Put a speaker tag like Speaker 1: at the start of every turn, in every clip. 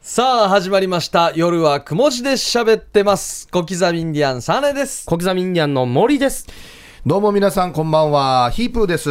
Speaker 1: さあ始まりました夜はくも字で喋ってます小刻みインディアンサネです
Speaker 2: 小刻みインディアンの森です。
Speaker 3: どうも皆さんこんばんは、ヒープーです。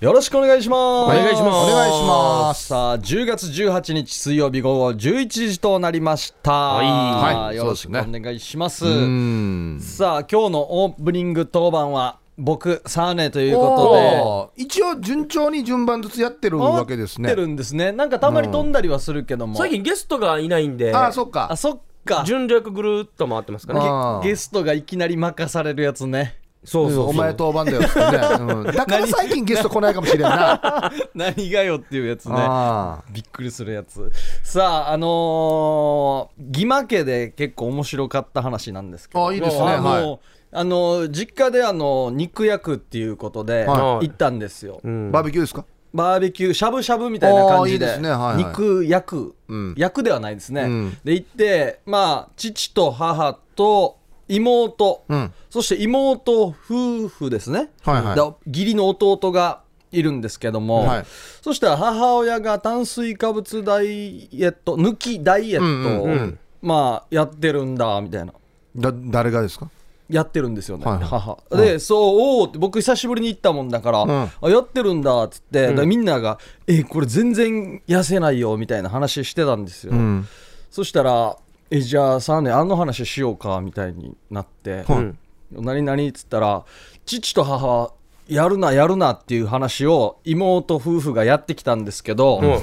Speaker 1: よろしくお願いしますお
Speaker 2: 願いします
Speaker 3: お願いします
Speaker 1: さあ10月18日水曜日午後11時となりました
Speaker 2: はい
Speaker 3: はい
Speaker 1: よろしくお
Speaker 3: そうですね
Speaker 1: 願いします
Speaker 3: うん。
Speaker 1: さあ今日のオープニング当番は僕サーネということ
Speaker 3: おー一応順調に順番ずつやってる
Speaker 1: で
Speaker 3: わけです
Speaker 1: 合っ
Speaker 3: ね
Speaker 1: て。るんですねなんかたまに飛んだりはするけども、
Speaker 2: 最近ゲストがいないんで、
Speaker 3: ああ、そっ
Speaker 1: あ
Speaker 3: か。
Speaker 1: そっか
Speaker 2: 順略ぐるーっと回ってますか
Speaker 3: あ
Speaker 2: らね。
Speaker 3: ー
Speaker 1: ゲストがいきなり任されるやつね
Speaker 2: そううんそうそう。
Speaker 3: お前当番だよっつってね。うんだから最近ゲスト来ないかもしれんな。
Speaker 1: 何がよっていうやつね
Speaker 3: あ
Speaker 1: びっくりするやつさああのー、義馬家で結構面白かった話なんですけど
Speaker 3: あいいですね
Speaker 1: あのー
Speaker 3: は
Speaker 1: あのー実家であのー肉焼くっていうことで行
Speaker 2: はい
Speaker 1: ったんですよ、
Speaker 2: うん
Speaker 3: ーバーベキューですか
Speaker 1: バーベキューしゃぶしゃぶみたいな感じで
Speaker 3: あーいいですねはいはい
Speaker 1: 肉焼く、
Speaker 3: うん
Speaker 1: 焼くではないですね、
Speaker 3: うん
Speaker 1: で行ってまあ父と母と妹、
Speaker 3: うん。
Speaker 1: そして妹夫婦ですね、
Speaker 3: はいはい
Speaker 1: だ義理の弟がいるんですけども、
Speaker 3: はい
Speaker 1: そしたら母親が炭水化物ダイエット抜きダイエットを、
Speaker 3: うんうんうん
Speaker 1: まあやってるんだみたいな
Speaker 3: だ、誰がですか
Speaker 1: やってるんですよね、
Speaker 3: はいはい
Speaker 1: 母
Speaker 3: うん
Speaker 1: で、そうおおって僕久しぶりに行ったもんだから、
Speaker 3: ん
Speaker 1: あやってるんだっつって、だからみんなが「えこれ全然痩せないよ」みたいな話してたんですよ、
Speaker 3: うん。
Speaker 1: そしたら「えじゃあさあねあの話しようか」みたいになって「
Speaker 2: はい
Speaker 1: 何々」っつったら父と母はやるなやるなっていう話を妹夫婦がやってきたんですけど、
Speaker 2: うん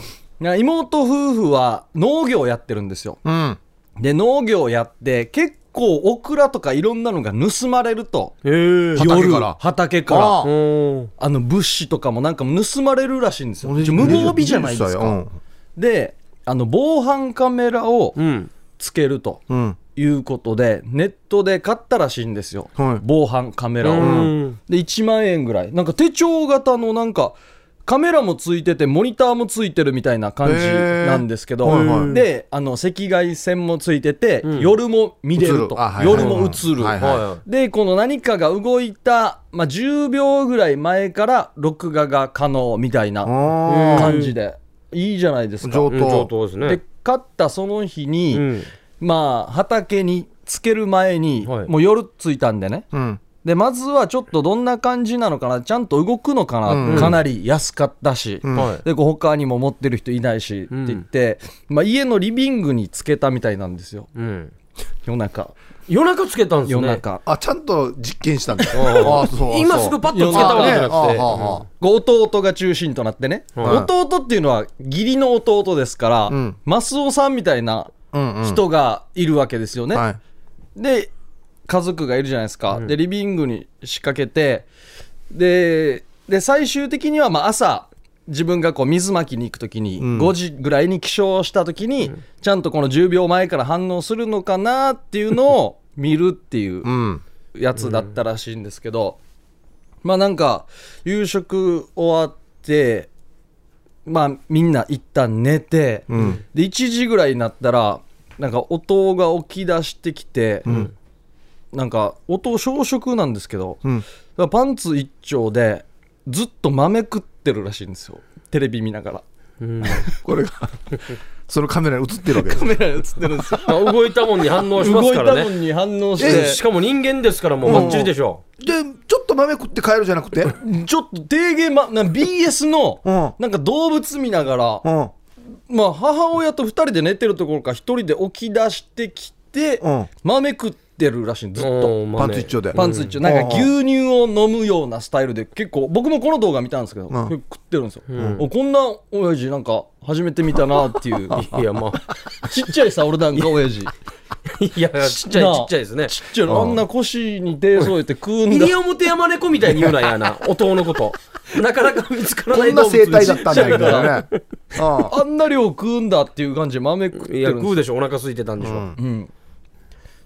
Speaker 1: な妹夫婦は農業をやってるんですよ
Speaker 3: うん。
Speaker 1: で農業をやって結構オクラとかいろんなのが盗まれると
Speaker 2: えー。
Speaker 3: 畑から。
Speaker 1: 畑から
Speaker 3: あ
Speaker 2: おー
Speaker 1: あの物資とかもなんか盗まれるらしいんですよ
Speaker 3: 俺
Speaker 1: 無防備じゃないです
Speaker 3: 20歳
Speaker 1: か、であの防犯カメラを
Speaker 2: うん。
Speaker 1: つけると
Speaker 3: うん。うん。
Speaker 1: いうことでネットで買ったらしいんですよ、
Speaker 3: はい
Speaker 1: 防犯カメラを、
Speaker 2: うん
Speaker 1: で1万円ぐらいなんか手帳型のなんかカメラもついててモニターもついてるみたいな感じなんですけど、
Speaker 3: へーはいはい
Speaker 1: であの赤外線もついてて、
Speaker 2: うん
Speaker 1: 夜も見れる
Speaker 3: 映
Speaker 1: と
Speaker 3: るあはいはい
Speaker 1: 夜も映る、
Speaker 3: はい
Speaker 2: は
Speaker 1: でこの何かが動いた、まあ、10秒ぐらい前から録画が可能みたいな
Speaker 3: あ
Speaker 1: 感じで、いいじゃないです
Speaker 3: ー
Speaker 1: か、
Speaker 3: 上
Speaker 2: い。うん上
Speaker 3: 等。
Speaker 2: 等です
Speaker 1: で
Speaker 2: ね。
Speaker 1: 買ったその日に、
Speaker 2: うん
Speaker 1: まあ畑につける前に、
Speaker 2: はい
Speaker 1: もう夜着いたんでね
Speaker 3: うん。
Speaker 1: でまずはちょっとどんな感じなのかなちゃんと動くのかな、
Speaker 3: うん
Speaker 1: かなり安かったし、
Speaker 3: うん
Speaker 2: はい。
Speaker 1: でこう他にも持ってる人いないしって言って、まあ、家のリビングにつけたみたいなんですよ
Speaker 2: うん。
Speaker 1: 夜中
Speaker 2: 夜中つけたんですね。
Speaker 1: 夜中、
Speaker 3: あ、ちゃんと実験したんだ。
Speaker 2: あ
Speaker 3: あーそう
Speaker 2: 今
Speaker 3: そう
Speaker 2: すぐパッとつけたわけじゃな
Speaker 3: あーは
Speaker 2: く
Speaker 3: ーは
Speaker 1: こう弟が中心となってね、
Speaker 2: はい
Speaker 1: 弟っていうのは義理の弟ですから、
Speaker 3: うん
Speaker 1: マスオさんみたいな
Speaker 3: ーうんうん
Speaker 1: 人がいるわけですよね、
Speaker 3: はい。
Speaker 1: で家族がいるじゃないですか、でリビングに仕掛けてでで最終的にはまあ朝自分がこう水まきに行く時に、
Speaker 3: ん
Speaker 1: 5時ぐらいに起床した時に、ちゃんとこの10秒前から反応するのかなっていうのを見るっていう
Speaker 3: うん。
Speaker 1: やつだったらしいんですけど、まあなんか夕食終わってまあみんな一旦寝て、
Speaker 3: うん
Speaker 1: で1時ぐらいになったらなんか音が起き出してきて、なんか音小食なんですけど、
Speaker 3: うん。
Speaker 1: だからパンツ一丁でずっと豆食ってるらしいんですよテレビ見ながら
Speaker 2: て。うん
Speaker 3: これが そのカメラに映ってる わけです
Speaker 1: カメラに映ってるんですよ
Speaker 2: まあ動いたもんに反応しま
Speaker 1: 動
Speaker 2: す
Speaker 1: い
Speaker 2: か
Speaker 1: た
Speaker 2: ら
Speaker 1: の
Speaker 2: ね。
Speaker 1: に反応し
Speaker 2: えしか
Speaker 1: て
Speaker 2: も人間ですからもうばっちりでしょ。
Speaker 3: でちょっと豆食って帰るじゃなくてう
Speaker 1: ちょっと低減、ま、な BS の
Speaker 3: うん
Speaker 1: なんか動物見ながら、
Speaker 3: ん
Speaker 1: まあ、母親と2人で寝てるところから1人で起き出してきて、
Speaker 3: うん
Speaker 1: 豆食ってるらしいずっと。
Speaker 2: うん
Speaker 3: パンツ一丁で
Speaker 1: パンツ一丁、なんか牛乳を飲むようなスタイルで結構僕もこの動画見たんですけど、
Speaker 3: ん
Speaker 1: 結構食ってるんですよ、おこんな親父なんか初めて見たなっていう
Speaker 2: いやまあ、
Speaker 1: ちっちゃいさ俺なんか親父ちっ
Speaker 2: いやちっちゃいちっちゃいですね。
Speaker 1: ちゃいのあんな腰に手添えて食うんだ
Speaker 2: 西表山猫みたいに言うなやな、音のこと。なかなか見つから
Speaker 3: こ
Speaker 2: ない
Speaker 3: ん
Speaker 2: 動
Speaker 3: な
Speaker 2: 物
Speaker 3: 生態だったんだけ どね
Speaker 1: あんな量食うんだっていう感じで豆食って
Speaker 2: いや、
Speaker 1: るんです
Speaker 2: 食うでしょ、お腹空いてたんでしょ。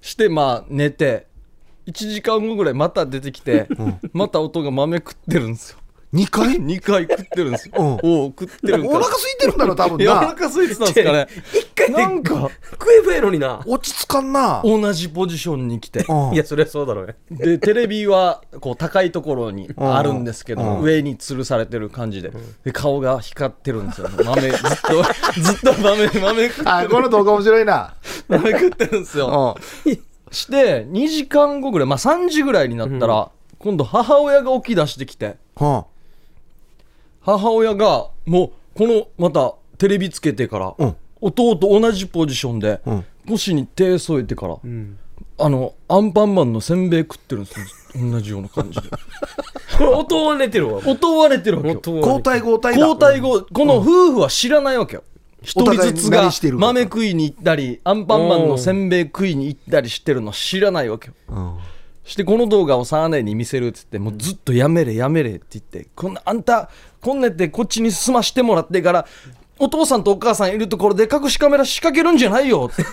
Speaker 1: してまあ寝て1時間後ぐらいまた出てきて、また音が豆食ってるんですよ
Speaker 3: 2回
Speaker 1: 2回食ってるんですよ。
Speaker 3: うん
Speaker 1: おう食ってるん
Speaker 3: お腹
Speaker 1: か。
Speaker 3: 空いてるんだろ、多分
Speaker 1: いやお
Speaker 3: な。
Speaker 1: 腹空いてたんですかね。
Speaker 2: 一回で
Speaker 1: なんか
Speaker 2: 食えばええのにな。
Speaker 3: 落ち着かんな。
Speaker 1: 同じポジションに来て。
Speaker 3: うん
Speaker 2: いや、そりゃそうだろうね。
Speaker 1: でテレビはこう高いところにあるんですけど、
Speaker 3: うん
Speaker 1: 上に吊るされてる感じでで顔が光ってるんですよ、ね、豆ずっと ずっと豆豆食
Speaker 3: あ、この動画面白 いな。
Speaker 1: 豆食ってるんです
Speaker 3: う
Speaker 1: よ
Speaker 3: ん。
Speaker 1: して2時間後ぐらい、まあ、3時ぐらいになったら、今度母親が起き出してきて
Speaker 3: うん
Speaker 1: 母親がもうこのまたテレビつけてから、
Speaker 3: うん
Speaker 1: 弟同じポジションで、
Speaker 3: うん
Speaker 1: 腰に手添えてから、あのアンパンマンのせんべい食ってるんですよ同じような感じで
Speaker 2: これ、音は寝てるわ。
Speaker 1: 音割れてるわけよ
Speaker 2: 音は
Speaker 3: 交代交代だ。
Speaker 1: 交代後、この夫婦は知らないわけよ。一人ずつ
Speaker 3: お互い
Speaker 1: が
Speaker 3: 何してるか
Speaker 1: 豆食いに行ったり、アンパンマンのせんべい食いに行ったりしてるの知らないわけよ。
Speaker 3: うん
Speaker 1: してこの動画をサーネに見せるっつってもうずっとやめれやめれって言ってこんなあんたこんなやってこっちに進ましてもらってからお父さんとお母さんいるところで隠しカメラ仕掛けるんじゃないよって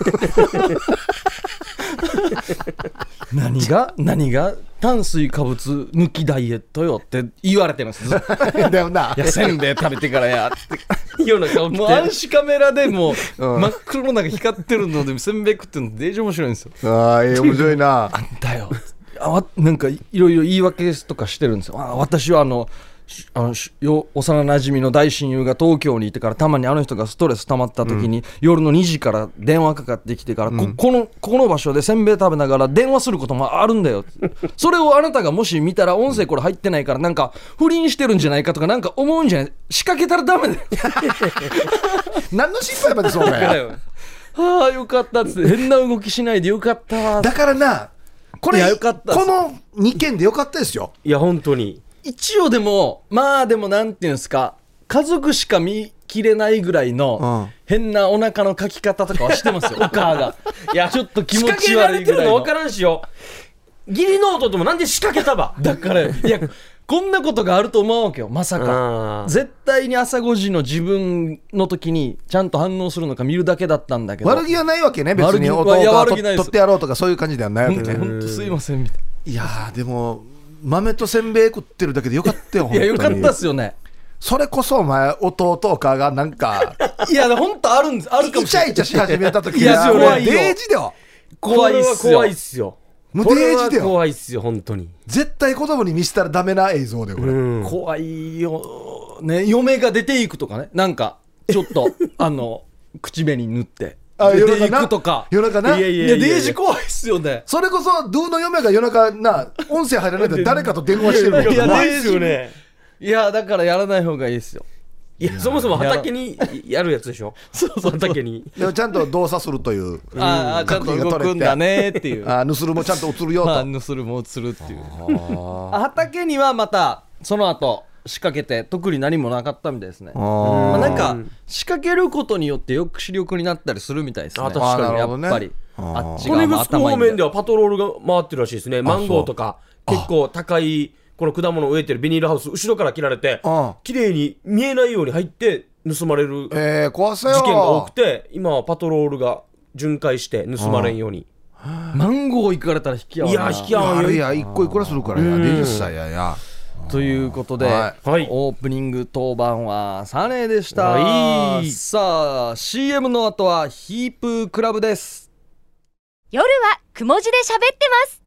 Speaker 1: 何が何が炭水化物抜きダイエットよって言われてるんですずっと
Speaker 3: だよな。
Speaker 1: いやせんべい食べてからやって
Speaker 2: 夜の顔 来
Speaker 1: もう暗
Speaker 2: て。
Speaker 1: 視カメラでもう
Speaker 3: うん
Speaker 1: 真っ黒の中光ってるのでせんべい食ってるのデージ面白いんですよ。
Speaker 3: ああ、 ええ面白いな。
Speaker 1: だよ あわなんかいろいろ言い訳とかしてるんですよ。あ私はあのしあのしよ幼なじみの大親友が東京にいてからたまにあの人がストレス溜まった時に、夜の2時から電話かかってきてから、ここのここの場所でせんべい食べながら電話することもあるん だよそれをあなたがもし見たら音声これ入ってないからなんか不倫してるんじゃないかとかなんか思うんじゃない仕掛けたらダメだよ
Speaker 3: 何の心配までそう
Speaker 2: だ
Speaker 3: だよ。
Speaker 2: よ
Speaker 1: ああよかったっつって変な動きしないでよかったわ
Speaker 3: だからな、これ、
Speaker 1: いやよ
Speaker 3: こ
Speaker 1: かったです
Speaker 3: の2件でよかったですよ。
Speaker 2: いや、本当に。
Speaker 1: 一応でもまあでもなんていうんですか家族しか見切れないぐらいの
Speaker 3: うん
Speaker 1: 変なお腹のかき方とかはしてますよお母がいやちょっと気
Speaker 2: 仕
Speaker 1: 持
Speaker 2: 掛
Speaker 1: ち
Speaker 2: けら
Speaker 1: 悪
Speaker 2: れ
Speaker 1: いぐ
Speaker 2: てる
Speaker 1: らい
Speaker 2: の
Speaker 1: の
Speaker 2: 分からんしよ。義理の弟もなんで仕掛けたば。
Speaker 1: だからいやこんなことがあると思うわけよまさか
Speaker 2: あ
Speaker 1: 絶対に朝5時の自分の時にちゃんと反応するのか見るだけだったんだけど
Speaker 3: 悪気はないわけね、別
Speaker 1: 悪
Speaker 3: に
Speaker 1: 気は
Speaker 3: 弟
Speaker 1: いや
Speaker 3: は
Speaker 1: 悪
Speaker 3: と
Speaker 1: 気ない
Speaker 3: 取
Speaker 1: です
Speaker 3: ってやろうとか、そういう感じではないわけ
Speaker 1: 本当
Speaker 3: ね。
Speaker 1: 本当すいませんみたい
Speaker 3: いやー、でも、豆とせんべい食ってるだけでよかったよ、本
Speaker 1: ない
Speaker 3: 当
Speaker 1: や
Speaker 3: に
Speaker 1: よかったっすよね
Speaker 3: それこそ、お前、弟とかがなんか、
Speaker 1: いや本当あるん ですあるか
Speaker 3: イ
Speaker 1: もしれな
Speaker 3: チャ
Speaker 1: い
Speaker 3: イチャし始めた時
Speaker 1: いや
Speaker 3: は
Speaker 1: それ
Speaker 3: もうデージだよ。
Speaker 1: 怖いっす
Speaker 2: これは怖いっ
Speaker 1: よ
Speaker 2: すよ。
Speaker 3: もう
Speaker 2: これ
Speaker 3: デ
Speaker 2: は
Speaker 3: ージだよ。
Speaker 2: 怖いっすよ、本当に。
Speaker 3: 絶対子供に見せたらダメな映像で、これ。
Speaker 2: うん。
Speaker 1: 怖いよ、ね、嫁が出ていくとかね、なんか、ちょっと、あの、口紅塗って、
Speaker 3: あ
Speaker 1: 出
Speaker 3: 夜中
Speaker 1: てい
Speaker 3: な
Speaker 1: くとか、
Speaker 3: 夜中ない
Speaker 1: やいやい
Speaker 3: い
Speaker 1: や
Speaker 3: や
Speaker 1: いや、デージ怖いっすよね。
Speaker 3: それこそ、どの嫁が夜中な、音声入らないで誰かと電話してるの
Speaker 1: いや
Speaker 3: とか
Speaker 1: ね
Speaker 2: っすよね。
Speaker 1: いや、だからやらない方がいいっすよ。
Speaker 2: いや、そもそも畑にやるやつでしょ。そうそう。畑に。
Speaker 3: でもちゃんと動作するという、
Speaker 1: ああ、ちゃんと動くんだねっていう。
Speaker 3: あー盗るもちゃんと映るよ
Speaker 1: まあ、
Speaker 3: と。
Speaker 1: ぬするもつるっていう。畑にはまた、その後、仕掛けて、特に何もなかったみたいですね。まあ、
Speaker 3: あ
Speaker 1: なん
Speaker 3: ー
Speaker 1: か、仕掛けることによって抑止力になったりするみたいですね。
Speaker 2: あ確かに
Speaker 1: や
Speaker 3: あー
Speaker 1: っ
Speaker 3: な
Speaker 1: ぱ
Speaker 3: る
Speaker 1: り。
Speaker 3: ほどね
Speaker 1: あっち
Speaker 2: コ
Speaker 1: が
Speaker 2: ネグス
Speaker 1: 頭
Speaker 2: コ
Speaker 1: いい
Speaker 2: 方
Speaker 1: んで
Speaker 2: 面ではパトロールが回ってるらしいですね。マンゴーとか、結構高い、この果物を植えてるビニールハウス、後ろから切られて
Speaker 3: うん、
Speaker 2: 綺麗に見えないように入って盗まれる事
Speaker 3: えー、怖さよ。
Speaker 2: 件が多くて、今はパトロールが巡回して盗まれんように。
Speaker 1: マンゴー行かれたら引き合う
Speaker 2: い
Speaker 1: な
Speaker 2: や、引き合わ
Speaker 3: あ
Speaker 2: んよ
Speaker 3: れや、一個いくらするからや、20歳やや。
Speaker 1: ということで、
Speaker 3: は
Speaker 2: はい
Speaker 1: オープニング当番はサネでした、
Speaker 2: はい
Speaker 1: さあ CM の後はヒープークラブです
Speaker 4: 夜はくも字で喋ってます。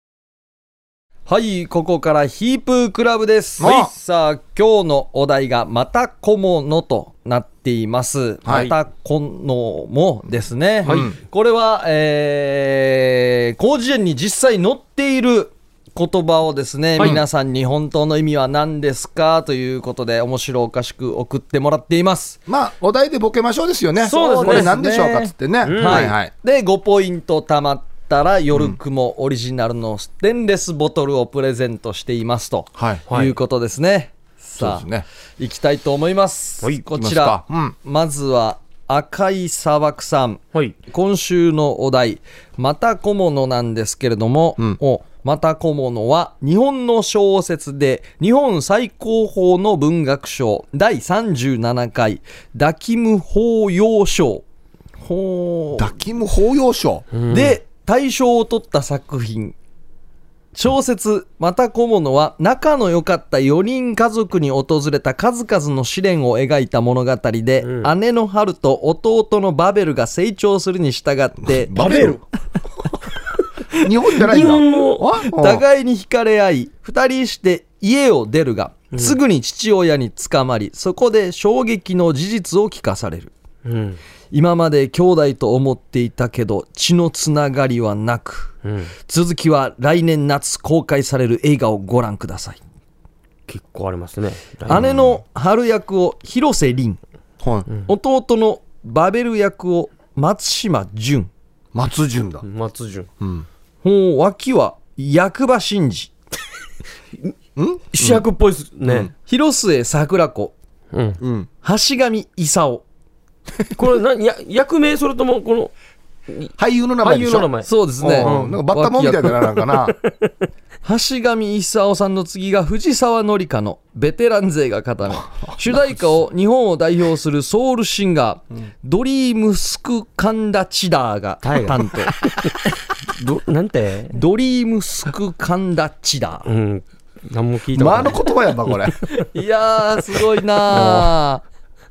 Speaker 1: はいここからヒープークラブです、
Speaker 3: はい
Speaker 1: さあ今日のお題が「またこもの」となっています、
Speaker 3: はい
Speaker 1: またこのもですね、
Speaker 3: はい
Speaker 1: これはえー広辞苑に実際載っている言葉をですね、
Speaker 2: はい
Speaker 1: 皆さんに本当の意味は何ですかということで面白おかしく送ってもらっています
Speaker 3: まあ、お題でボケましょうですよね。
Speaker 1: そうですね
Speaker 3: これ何でしょうかっつってね。
Speaker 2: ん
Speaker 3: はいはい。
Speaker 1: で5ポイント貯まったら夜雲オリジナルのステンレスボトルをプレゼントしていますと、
Speaker 3: はい
Speaker 1: い、うことですね
Speaker 3: そう
Speaker 1: さ
Speaker 3: です
Speaker 1: あ、
Speaker 3: ね。
Speaker 1: いきたいと思います、
Speaker 3: はい
Speaker 1: こ
Speaker 3: いき
Speaker 1: ち
Speaker 3: ます
Speaker 1: ら
Speaker 3: かうん
Speaker 1: まずは赤い砂漠さん
Speaker 2: はい。
Speaker 1: 今週のお題「また小物」なんですけれども、
Speaker 3: ん
Speaker 1: おまた小物は日本の小説で日本最高峰の文学賞第37回ダキム法要賞ほう
Speaker 3: ダキム法要賞。
Speaker 1: で大賞を取った作品小説「また小物」は仲の良かった4人家族に訪れた数々の試練を描いた物語で、
Speaker 2: う
Speaker 1: 姉の春と弟のバベルが成長するに従って
Speaker 2: バベル
Speaker 3: 日本じゃない
Speaker 2: 日
Speaker 3: んだ
Speaker 2: 本の
Speaker 3: あう ん
Speaker 1: 互いに惹かれ合い2人して家を出るがすぐに父親に捕まりそこで衝撃の事実を聞かされる
Speaker 2: うん
Speaker 1: 今まで兄弟と思っていたけど血のつながりはなく
Speaker 2: うん
Speaker 1: 続きは来年夏公開される映画をご覧ください
Speaker 2: 結構ありますね
Speaker 1: 姉の春役を広瀬凛
Speaker 3: はい
Speaker 1: 弟のバベル役を松島純
Speaker 3: 松潤だ。
Speaker 2: 松潤
Speaker 1: ほう脇は役場真司
Speaker 2: 主役っぽいっすね
Speaker 1: 広末桜子
Speaker 2: うん
Speaker 1: 橋上功
Speaker 2: これ何や役名それともこの
Speaker 3: 俳優の名前
Speaker 2: 俳
Speaker 3: で
Speaker 2: 優
Speaker 3: しょ。
Speaker 2: の名前
Speaker 1: そうですね
Speaker 3: うんうんなんかバッタモンみたいだな、なんかな。
Speaker 1: 橋上功さんの次が藤沢紀香のベテラン勢が 固め主題歌を日本を代表するソウルシンガー、ドリームスクカンダチダーが担当
Speaker 2: どなんて
Speaker 1: ドリームスクカンダチダー
Speaker 2: うん何も聞いた
Speaker 3: ま
Speaker 2: こ
Speaker 3: あ、
Speaker 2: と
Speaker 3: あの
Speaker 2: ない
Speaker 3: 言葉やば、こ れ。
Speaker 1: いやーすごいな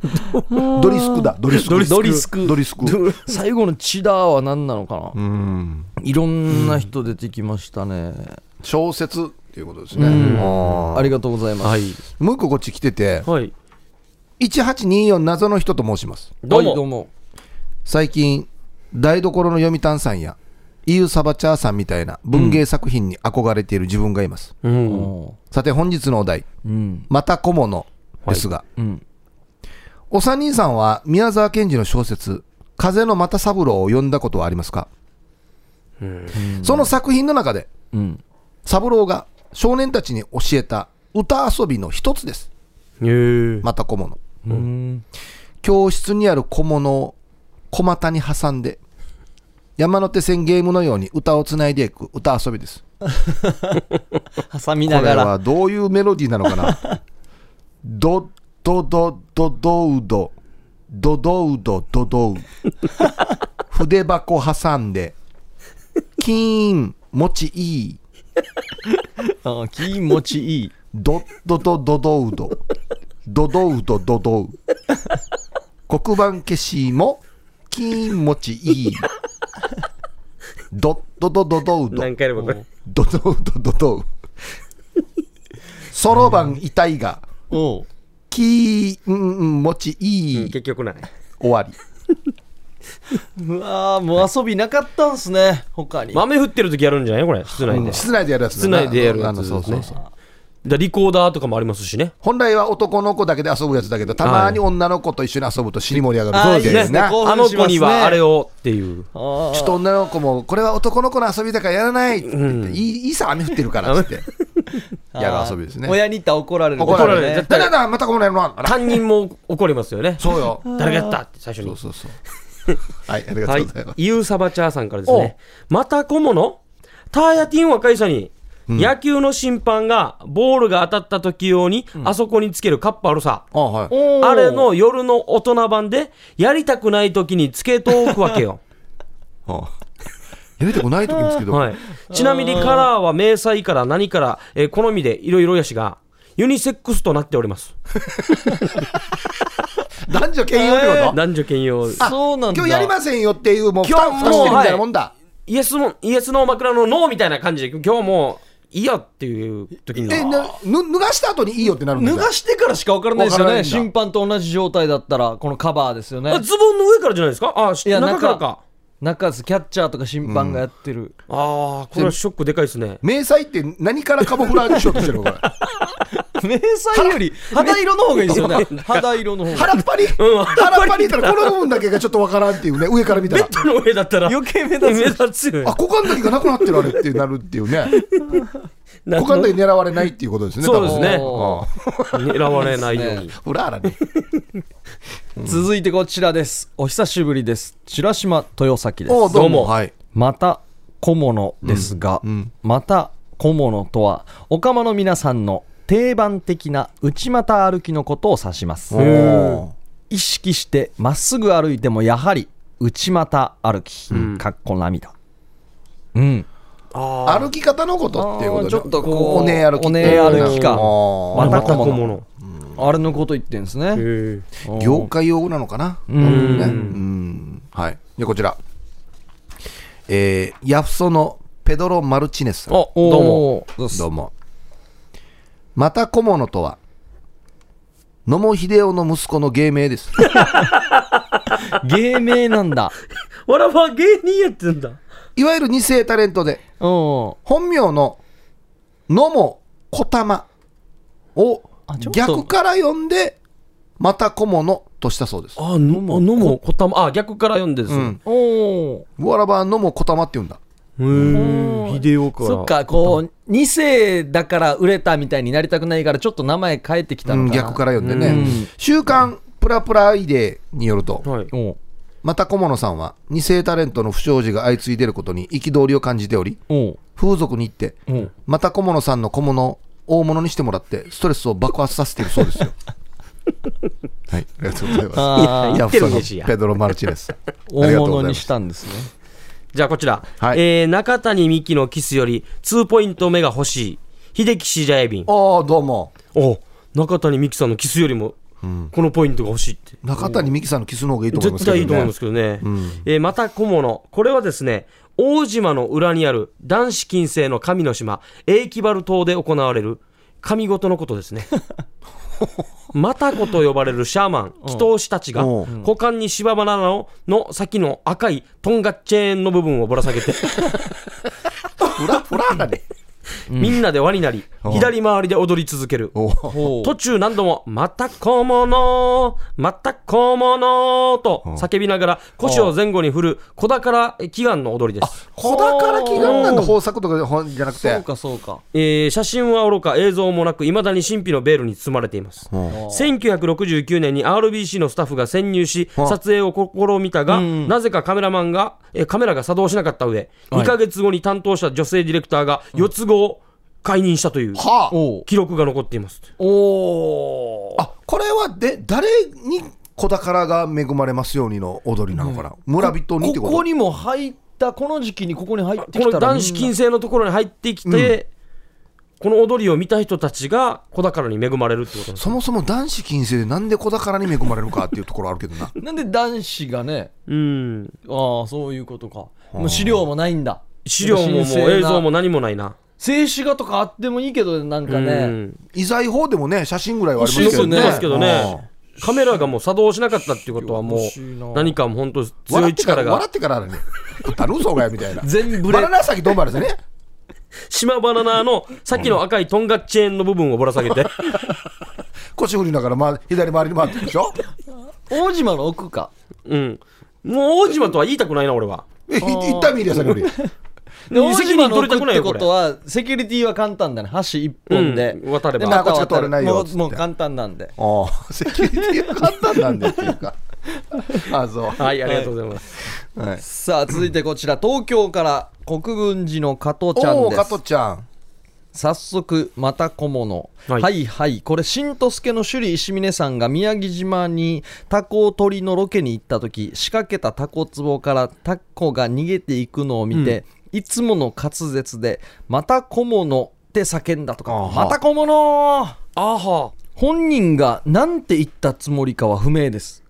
Speaker 3: ドリスクだ、ドリスク。
Speaker 1: ドリスク
Speaker 3: ドリ スク。
Speaker 1: ー最後のチダーは何なのかな
Speaker 3: うん
Speaker 1: いろんな人出てきましたね、
Speaker 3: 小説っていうことですね。あ
Speaker 1: あ
Speaker 3: ー
Speaker 1: りがとうございます、
Speaker 2: はい
Speaker 3: もう一個こっち来てて、
Speaker 2: はい
Speaker 3: 1824謎の人と申します。
Speaker 2: どう
Speaker 1: はいどう
Speaker 2: も
Speaker 1: も
Speaker 3: 最近台所の読谷さんやイユサバチャーさんみたいな文芸作品に憧れている自分がいます、
Speaker 2: うん
Speaker 3: さて本日のお題
Speaker 1: うん
Speaker 3: 「また小物」ですが、
Speaker 1: うん
Speaker 3: お三人さんは宮沢賢治の小説「風の又三郎」を読んだことはありますか、その作品の中で
Speaker 1: うん
Speaker 3: 三郎が少年たちに教えた歌遊びの一つです
Speaker 2: へえ
Speaker 3: また小物
Speaker 1: うん
Speaker 3: 教室にある小物を小股に挟んで山手線ゲームのように歌をつないでいく歌遊びです
Speaker 1: 挟み
Speaker 3: こ
Speaker 1: な
Speaker 3: れ
Speaker 1: がら
Speaker 3: はどういうメロディーなの かなドドドドドウドドドウドドドウ筆箱挟んでキーン持ちいい
Speaker 1: あ気持ちいい
Speaker 3: ドドドドドウドドドウドドドウ黒板消しも気持ちいいドドドドドウド
Speaker 2: 何回でもこれ
Speaker 3: ドドウドド ドウそろばん痛いが
Speaker 1: おう
Speaker 3: 気持ちいい
Speaker 2: 結局ない
Speaker 3: 終わり
Speaker 1: うわーもう遊びなかったんすね他に、
Speaker 2: 豆降ってる時やるんじゃないこれ室内で
Speaker 3: 室内でやるやつだ
Speaker 2: 室
Speaker 3: な
Speaker 2: 内でやるや
Speaker 3: あ
Speaker 2: つ
Speaker 3: の
Speaker 2: です
Speaker 3: そ
Speaker 2: ね
Speaker 3: うそうそう
Speaker 2: だリコーダーとかもありますしね
Speaker 3: 本来は男の子だけで遊ぶやつだけどたまに女の子と一緒に遊ぶと尻盛り上がる
Speaker 1: あー
Speaker 3: みたいな
Speaker 1: ですね興
Speaker 2: あの
Speaker 1: 奮し
Speaker 2: 子
Speaker 1: ますね
Speaker 2: にはあれをっていう
Speaker 1: あー
Speaker 3: ちょっと女の子も、これは男の子の遊びだからやらないって言って、いいいいさ、雨降ってるからって言って、やる遊びですね。
Speaker 1: 親に言ったら怒られる
Speaker 3: 怒られる
Speaker 2: ね
Speaker 3: ね。だだだ、またこのやるのあら
Speaker 2: 担任も怒りますよね
Speaker 3: そうよ。
Speaker 2: 誰がやったって最初
Speaker 3: そ
Speaker 2: に
Speaker 3: うそうそう。はい、ありが
Speaker 2: は
Speaker 3: と
Speaker 2: いう
Speaker 3: ございます。。
Speaker 2: ユーサバチャーさんからですね。また小物ターヤティン若い社に、野球の審判がボールが当たった時用に、あそこにつけるカップあるさ。
Speaker 3: あ、はい。
Speaker 1: おー
Speaker 2: あれの夜の大人版で、やりたくない時につけとくわけ よ。
Speaker 3: あやめてこないときですけど、
Speaker 2: はい。ちなみにカラーは迷彩から何から、えー好みでいろいろやしが、ユニセックスとなっております。
Speaker 3: 男女兼用ってこと
Speaker 2: 男女兼用。
Speaker 3: あ
Speaker 1: そうなんだ
Speaker 3: 今日やりませんよっていう、もう、
Speaker 2: 今日
Speaker 3: 二つしてるみたいなもんだ。
Speaker 2: イエスの、イエスの枕のノーみたいな感じで、今日もういいよっていう時には。
Speaker 3: え、なぬ脱がした後にいいよってなるんだ
Speaker 1: 脱。がしてからしか分からないですよ
Speaker 3: わからな
Speaker 1: ね
Speaker 3: いんだ
Speaker 1: 審判と同じ状態だったらこのカバーですよね
Speaker 2: あズボンの上からじゃないですかあし
Speaker 1: いや
Speaker 2: 中からか
Speaker 1: 中ですキャッチャーとか審判がやってる、
Speaker 2: ああこれはショックでかいですね
Speaker 3: 迷彩って何からカモフラージュしようとしてるのこれ。
Speaker 1: 迷彩よ り肌色の方がいいですよね肌色の方が
Speaker 3: 腹っぱり腹っぱりったら、この部分だけがちょっとわからんっていうね、上から見た
Speaker 2: ベ
Speaker 3: ら
Speaker 2: ッ。ドの上だったら
Speaker 1: 余計目
Speaker 2: 目
Speaker 1: 立つ
Speaker 2: 立つよ
Speaker 3: あ、
Speaker 2: ね
Speaker 3: 股間だけがなくなってるあれってなるっていうね。
Speaker 2: なん
Speaker 3: 股
Speaker 2: か
Speaker 3: 間だけ狙われないっていうことですね。
Speaker 2: そうですね
Speaker 3: 多分。
Speaker 2: 狙われない ように
Speaker 3: うん。うらあらね。
Speaker 1: 続いてこちらですお久しぶりです白島豊崎です
Speaker 3: お
Speaker 2: どうも
Speaker 3: はい。
Speaker 1: また小物ですが、また小物とはおかまの皆さんの定番的な内股歩きのことを指します
Speaker 3: おー
Speaker 1: 意識してまっすぐ歩いてもやはり内股歩き、かっこ涙うん
Speaker 2: あ
Speaker 3: 歩き方のことっていうこと
Speaker 1: あ
Speaker 3: ね
Speaker 1: ーちょっとこう
Speaker 3: おね歩き
Speaker 1: おね歩きか
Speaker 3: あー
Speaker 1: また
Speaker 2: また小
Speaker 1: 小
Speaker 2: 物
Speaker 1: 物。あれのこと言ってんですね。
Speaker 2: へ
Speaker 1: うん
Speaker 3: 業界用語なのかな、
Speaker 1: ん
Speaker 3: 多分ねうんはいでこちらえー、ヤフソのペドロ・マルチネスさん
Speaker 2: おどうも。
Speaker 1: どうも
Speaker 3: どうもまた小物とは野茂英雄の息子の芸名です
Speaker 1: 芸名なんだ。
Speaker 2: わらば芸人やってんだ。
Speaker 3: いわゆる二世タレントで
Speaker 1: うん。
Speaker 3: 本名の野茂小玉を
Speaker 1: あちょっと
Speaker 3: 逆から呼んでまた小物としたそうです
Speaker 2: あ、のも、のも、こたま、あ、逆から読んでるんです。
Speaker 1: おお。
Speaker 3: わらば野茂小玉って言うんだ
Speaker 2: うん。秀夫から。
Speaker 1: そっか、こう、二世だから売れたみたいになりたくないから、ちょっと名前変えてきたの
Speaker 3: う
Speaker 1: か
Speaker 3: ん
Speaker 1: な。
Speaker 3: 逆から読んでね、
Speaker 1: うん
Speaker 3: 週刊プラプラアイデーによると、
Speaker 2: はい。
Speaker 1: おう
Speaker 3: また小物さんは二世タレントの不祥事が相次いでることに憤りを感じており
Speaker 1: おう
Speaker 3: 風俗に行って
Speaker 1: おう
Speaker 3: また小物さんの小物を大物にしてもらってストレスを爆発させているそうですよはいありがとうございま
Speaker 1: あ
Speaker 3: す
Speaker 1: あ
Speaker 2: 言
Speaker 3: ヤ
Speaker 2: っ
Speaker 3: フ
Speaker 2: て
Speaker 3: ソ
Speaker 2: るん
Speaker 3: の
Speaker 2: ですや
Speaker 3: ペドロ・マルチネスあり
Speaker 1: 大
Speaker 3: がとうご
Speaker 1: 物
Speaker 3: ざいま
Speaker 1: に
Speaker 3: す
Speaker 1: したんですね。
Speaker 2: じゃあこちら、
Speaker 3: はい
Speaker 2: えー中谷美紀のキスより2ポイント目が欲しい秀吉ジャエビン
Speaker 3: ああどうも
Speaker 2: お中谷美紀さんのキスよりもこのポイントが欲しいって、
Speaker 3: 中谷美紀さんのキスの方がいいと思います
Speaker 2: 絶対
Speaker 3: けど、ね、
Speaker 2: いいと思いますけどね、えーまた小物これはですね大島の裏にある男子禁制の神の島エイキバル島で行われる神事のことです ねマタコと呼ばれるシャーマン祈祷師たちが
Speaker 3: う
Speaker 2: 股間に芝花のの先の赤いとんがっチェーンの部分をぶら下げて
Speaker 3: フラフラだね
Speaker 2: みんなで輪になり、左回りで踊り続ける。
Speaker 3: おー
Speaker 1: おう
Speaker 2: 途中何度も、また小物、また小物と叫びながら腰を前後に振る小宝祈願の踊りです。
Speaker 3: 子宝祈願なんだ豊作とか本じゃなくて
Speaker 1: そうか、そうか。
Speaker 2: えー写真はおろか映像もなく、いまだに神秘のベールに包まれています。1969年に RBC のスタッフが潜入し、撮影を試みたが、なぜかカメラマンが、えーカメラが作動しなかった上、2ヶ月後に担当した女性ディレクターが四つ子を解任したという
Speaker 3: はあ
Speaker 1: おう
Speaker 2: 記録が残っています。
Speaker 1: おー
Speaker 3: あこれはで誰に子宝が恵まれますようにの踊りなのかな、村人にって
Speaker 1: こ
Speaker 3: こと
Speaker 1: こにも入った、この時期にここに入ってきた
Speaker 2: こ
Speaker 1: ら
Speaker 2: の男子
Speaker 1: みん
Speaker 2: 禁制のところに入ってきて、この踊りを見た人たちが子宝に恵まれるってことなんです
Speaker 3: そもそも男子禁制でなんで子宝に恵まれるかっていうところあるけどな
Speaker 1: ななんで男子がね、
Speaker 2: うん
Speaker 1: ああ、そういうことか。もう資料もないんだ。
Speaker 2: 資料ももう
Speaker 1: 神聖な
Speaker 2: 映像も何もないな
Speaker 1: 静止画とかあってもいいけど、なんか
Speaker 2: う
Speaker 1: ね。
Speaker 2: ん
Speaker 3: 遺財法でもね写真ぐらいはあります
Speaker 1: 欲
Speaker 3: け
Speaker 1: しいで
Speaker 3: どね
Speaker 1: す
Speaker 2: ですけどね
Speaker 3: うん
Speaker 2: カメラがもう作動しなかったっていうことはも
Speaker 1: 欲しいな
Speaker 2: う何かもう本当強
Speaker 3: 笑
Speaker 2: い
Speaker 3: ってか
Speaker 2: 力
Speaker 3: ら
Speaker 2: が
Speaker 3: 笑ってからだね頼むぞお前みたいな
Speaker 1: 全ブ
Speaker 3: バ
Speaker 1: レ
Speaker 3: ナナ先どんばですね
Speaker 2: 島バナナのさっきの赤いとんがっチェーンの部分をぶら下げ て
Speaker 3: 腰振りながら、ま、左回りに回ってるでしょ
Speaker 1: 大島の奥か。
Speaker 2: うんもう大島とは言いたくないな俺は
Speaker 3: えい一旦見りやさより
Speaker 1: で大
Speaker 2: 責
Speaker 1: 島
Speaker 2: 任
Speaker 1: の奥
Speaker 2: 取りたくない
Speaker 1: って
Speaker 2: よこ
Speaker 1: こ
Speaker 2: れ
Speaker 1: とはセキュリティは簡単だね橋一本で、
Speaker 2: うん渡れば
Speaker 1: でまた
Speaker 3: あこっちが通れないよ
Speaker 1: もう
Speaker 3: つって
Speaker 1: もう簡単なんで
Speaker 3: ああセキュリティが簡単なんでっていうかあそう
Speaker 2: はいありがとうございます
Speaker 3: はい
Speaker 1: さあ続いてこちら東京から国分寺の加藤ちゃ
Speaker 3: お
Speaker 1: ん
Speaker 3: お
Speaker 1: で
Speaker 3: 加ト
Speaker 1: す
Speaker 3: ちゃん
Speaker 1: 早速また小物、
Speaker 2: は
Speaker 1: はいい、はいこれ新都助の首里石峰さんが宮城島にタコ取りのロケに行った時仕掛けたタコ壺からタコが逃げていくのを見て、いつもの滑舌で「また小物」って叫んだとか
Speaker 3: あは
Speaker 1: 「また小物!」
Speaker 2: あーは
Speaker 1: 本人が何て言ったつもりかは不明です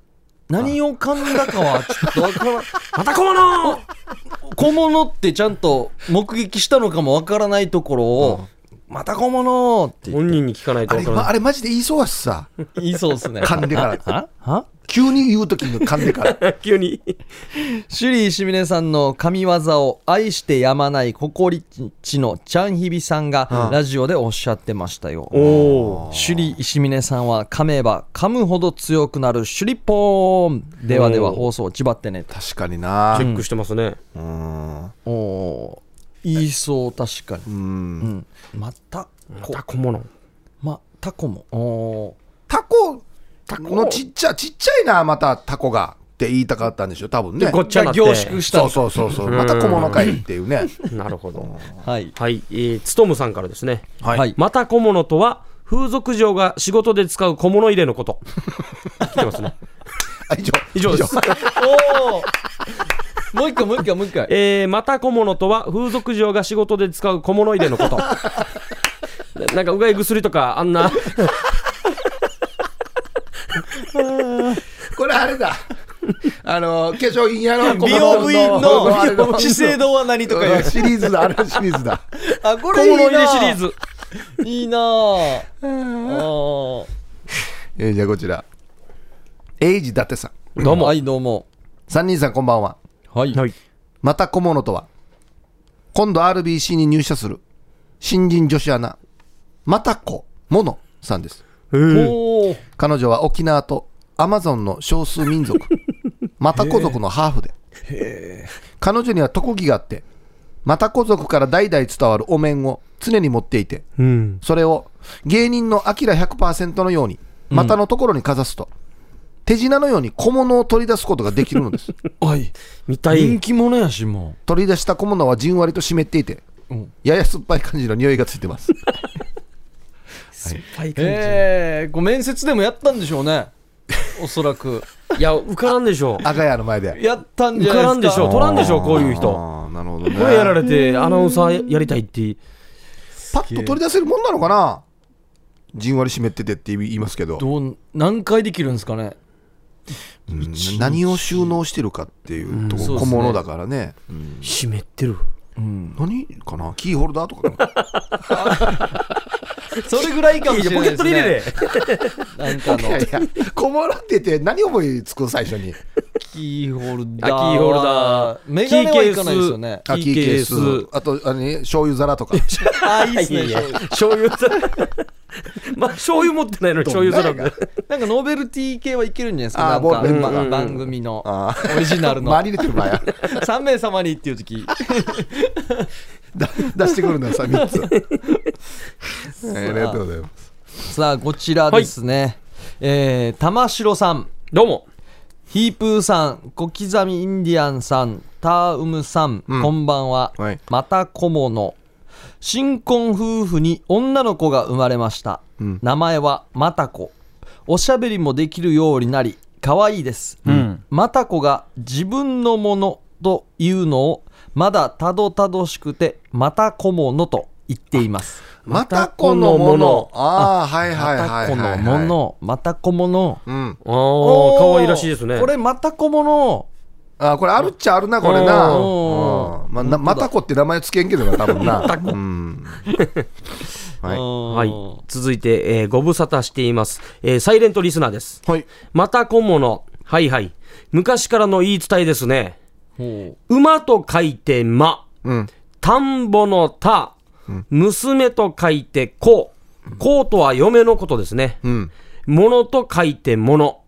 Speaker 1: 何を噛んだかはちょっとわからん
Speaker 2: また小物
Speaker 1: 小物ってちゃんと目撃したのかもわからないところを、また小物って
Speaker 2: 本人に聞かないと
Speaker 3: あ
Speaker 2: わ
Speaker 3: れ,、
Speaker 2: からない
Speaker 3: ま、あれマジで言いそうやしさ
Speaker 1: 言いそうです ね
Speaker 3: 噛んでから
Speaker 1: はは
Speaker 3: 急に言う時の噛んでから
Speaker 2: 急に
Speaker 1: 首里石峰さんの神業を愛してやまないココリッチのちゃんひびさんがラジオでおっしゃってましたよ、
Speaker 2: おお
Speaker 1: 首里石峰さんは噛めば噛むほど強くなる首里ポーンではでは放送ちばってねと
Speaker 3: 確かにな
Speaker 2: チェックしてますね、
Speaker 3: うん
Speaker 1: おお言いそう確かに
Speaker 3: うん
Speaker 1: うん、またこ
Speaker 2: また小物
Speaker 1: またこもお
Speaker 3: タコタコのちっちゃちっちゃいなまたタコがって言いたかったんでしょ多分ね
Speaker 2: ごっちゃになって
Speaker 1: 凝縮した
Speaker 3: そうそうそうそうまた小物かいっていうね
Speaker 2: なるほど。
Speaker 1: はい
Speaker 2: はい、えー、つとむさんからですね。
Speaker 1: はい、
Speaker 2: また小物とは、風俗嬢が仕事で使う小物入れのこと。来てますね。
Speaker 3: あ
Speaker 2: 以
Speaker 3: 以上
Speaker 2: 上です。
Speaker 1: おおもう一回もう一回もう一回
Speaker 2: えー、また小物とは風俗嬢が仕事で使う小物入れのことななんかうがい薬とかあんな
Speaker 3: これあれだ。あの、化粧品やろ、
Speaker 1: 美容部員
Speaker 3: あれ
Speaker 1: の資生堂は何とかいう
Speaker 3: うんシリーズだ、あれシリーズだ。
Speaker 1: あこ
Speaker 2: 小
Speaker 1: れいい
Speaker 2: 物
Speaker 1: な
Speaker 2: 入れシリーズ
Speaker 1: いいなああー
Speaker 3: えーじゃあこちら。エイジ伊達さん。
Speaker 2: どうも
Speaker 1: はいどうも
Speaker 3: 三人さんこんばんは。
Speaker 1: はい
Speaker 2: はい
Speaker 3: また小物とは。今度 RBC に入社する。新人女子アナ。また小物さんです。
Speaker 1: おー
Speaker 3: 彼女は沖縄とアマゾンの少数民族マタコ族のハーフで彼女には特技があってマタコ族から代々伝わるお面を常に持っていて
Speaker 2: うん
Speaker 3: それを芸人のアキラ100%のように股のところにかざすと、手品のように小物を取り出すことができるのです
Speaker 1: はい
Speaker 2: 見た
Speaker 1: 人
Speaker 2: い
Speaker 1: 気者やしも
Speaker 3: 取り出した小物はじんわりと湿っていて、
Speaker 1: うん
Speaker 3: やや酸っぱい感じの匂いがついてます
Speaker 2: い
Speaker 1: ええご面接でもやったんでしょう ねおそらく
Speaker 2: いや受からんでしょ
Speaker 3: 赤屋の前で
Speaker 1: やったん
Speaker 2: 受
Speaker 1: じゃ
Speaker 2: から
Speaker 1: ない
Speaker 2: ん
Speaker 1: で
Speaker 2: ですし
Speaker 1: か
Speaker 2: ょ取らんでしょこういう人
Speaker 3: あーなるほどね
Speaker 2: これやられてアナウンサーやりたいって
Speaker 3: パッと取り出せるもんなのかなじんわり湿っててって言いますけど
Speaker 1: どう何回できるんですかね
Speaker 3: うん何を収納してるかっていうとこ
Speaker 1: そうです
Speaker 3: 小
Speaker 1: ね
Speaker 3: 物だからね、
Speaker 2: 湿ってる
Speaker 1: うん
Speaker 3: 何かなキーホルダーとかかな
Speaker 1: それぐらいかもしれ
Speaker 2: ポ
Speaker 1: な
Speaker 2: ケ
Speaker 1: いで
Speaker 2: ット
Speaker 1: す
Speaker 2: に
Speaker 1: ね
Speaker 2: 入れれ
Speaker 1: なんかあ
Speaker 3: いや
Speaker 1: の
Speaker 3: いや 小物って言って何思いつく最初に
Speaker 1: キーホルダ
Speaker 2: あ
Speaker 1: ー
Speaker 2: キーホルダー
Speaker 1: メガネはいかないですよね
Speaker 2: あ
Speaker 3: あ
Speaker 2: キーケース
Speaker 3: あとあの、ね、醤油皿とか
Speaker 1: あいいっす
Speaker 2: いや いや
Speaker 1: ね
Speaker 2: 醤油 皿まあ醤油持ってないのに醤油皿
Speaker 3: どんなや
Speaker 1: なんかノベルティ系はいけるんじゃないです
Speaker 3: あ
Speaker 1: かなん
Speaker 3: ボ
Speaker 1: か
Speaker 3: ールペン
Speaker 1: ば
Speaker 3: うんうんうん
Speaker 1: 番組の
Speaker 3: あー
Speaker 1: オリジナルの
Speaker 3: 周りに出てる場合は
Speaker 1: 3名様にっていう時
Speaker 3: だ 出してくるんだよさ3つ えーありがとうございま す
Speaker 1: さあこちらですねえー玉城さん
Speaker 2: どうも
Speaker 1: ヒープーさん小刻みインディアンさんターウムさん
Speaker 3: ん
Speaker 1: こんばんは
Speaker 3: はい
Speaker 1: また小物新婚夫婦に女の子が生まれました、
Speaker 3: ん
Speaker 1: 名前はまた子おしゃべりもできるようになり可愛いです、また子が自分のものというのをまだたどたどしくてまた子物と言っています
Speaker 3: またこのものああはいはいは
Speaker 1: ま
Speaker 3: い
Speaker 1: た
Speaker 3: は
Speaker 1: 子
Speaker 3: いは
Speaker 1: の
Speaker 3: い
Speaker 1: ものまた子物
Speaker 3: うん
Speaker 2: ああ可愛らしいですね
Speaker 1: これまた子物
Speaker 3: あこれあるっちゃあるなこれな
Speaker 1: おー
Speaker 3: うんまあなまたこって名前つけんけどな多分な うんは
Speaker 1: う
Speaker 3: い
Speaker 1: ん
Speaker 2: はい、続いて、えーご無沙汰しています、えーサイレントリスナーです。
Speaker 3: はい
Speaker 2: また小物、はいはい、昔からの言い伝えですね。
Speaker 1: ほ
Speaker 2: 馬と書いて馬、
Speaker 3: うん
Speaker 2: 田んぼの田、娘と書いて子、子とは嫁のことですね。
Speaker 3: うん
Speaker 2: 物と書いて物、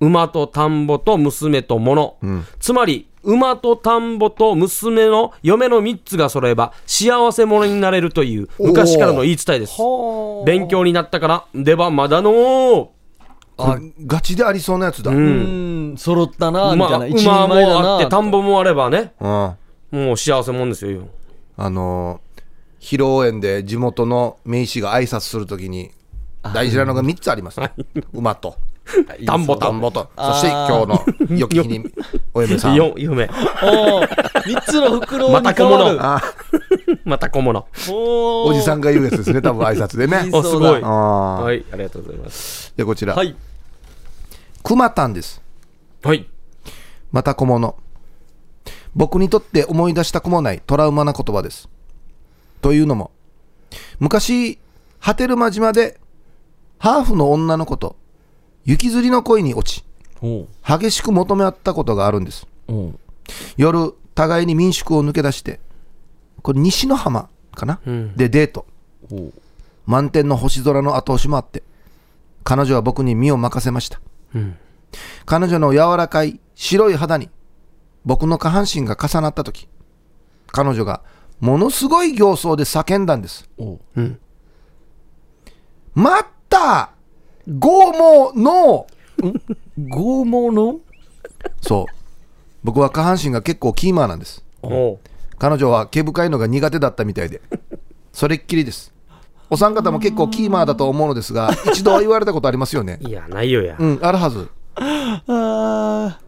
Speaker 2: 馬と田んぼと娘と物、つまり、馬と田んぼと娘の嫁の3つが揃えば幸せ者になれるという昔からの言い伝えです。
Speaker 1: ほう
Speaker 2: 勉強になったから出番まだのー
Speaker 3: あガチでありそうなやつだ。う。
Speaker 1: うんん揃ったなみたいな
Speaker 2: 馬
Speaker 1: 一人
Speaker 2: 馬も
Speaker 1: 前だな
Speaker 2: あって田んぼもあればね
Speaker 3: あ
Speaker 2: もう幸せもんですよ
Speaker 3: のー、披露宴で地元の名士が挨拶するときに、大事なのが3つあります。馬と、
Speaker 2: 田んぼ
Speaker 3: 田
Speaker 2: 田ん
Speaker 3: ん
Speaker 2: ぼ
Speaker 3: ぼと、
Speaker 1: あー
Speaker 3: そして今日の良き日にお嫁さん。
Speaker 2: よ夢
Speaker 1: おお3つの袋
Speaker 2: ま
Speaker 1: に
Speaker 2: た
Speaker 1: 変
Speaker 2: 小
Speaker 1: わる、
Speaker 2: 物
Speaker 3: あ
Speaker 2: また小物
Speaker 1: お
Speaker 3: おじさ
Speaker 1: ん
Speaker 3: んが言うやつですね、多分挨拶でね。
Speaker 2: おすごい
Speaker 3: あー
Speaker 2: はいありがとうございます
Speaker 3: で、こちら
Speaker 1: は。い
Speaker 3: くまたんです。
Speaker 2: はい
Speaker 3: また小物。僕にとって思い出したくもないトラウマな言葉です。というのも、昔、波照間島で、ハーフの女の子と、雪吊りの恋に落ち、
Speaker 1: おう
Speaker 3: 激しく求め合ったことがあるんです。
Speaker 1: おう
Speaker 3: 夜、互いに民宿を抜け出して、これ西の浜かな、でデート。
Speaker 1: おう
Speaker 3: 満天の星空の後押しもあって、彼女は僕に身を任せました。
Speaker 2: うん
Speaker 3: 彼女の柔らかい白い肌に僕の下半身が重なった時彼女がものすごい形相で叫んだんです
Speaker 1: おう
Speaker 3: 「待った剛毛の!
Speaker 1: 剛毛の」
Speaker 3: そう僕は下半身が結構キーマーなんです
Speaker 2: おう
Speaker 3: 彼女は毛深いのが苦手だったみたいでそれっきりですお三方も結構キーマーだと思うのですが一度は言われたことありますよね
Speaker 2: いやないよや
Speaker 3: うんあるはず
Speaker 1: あ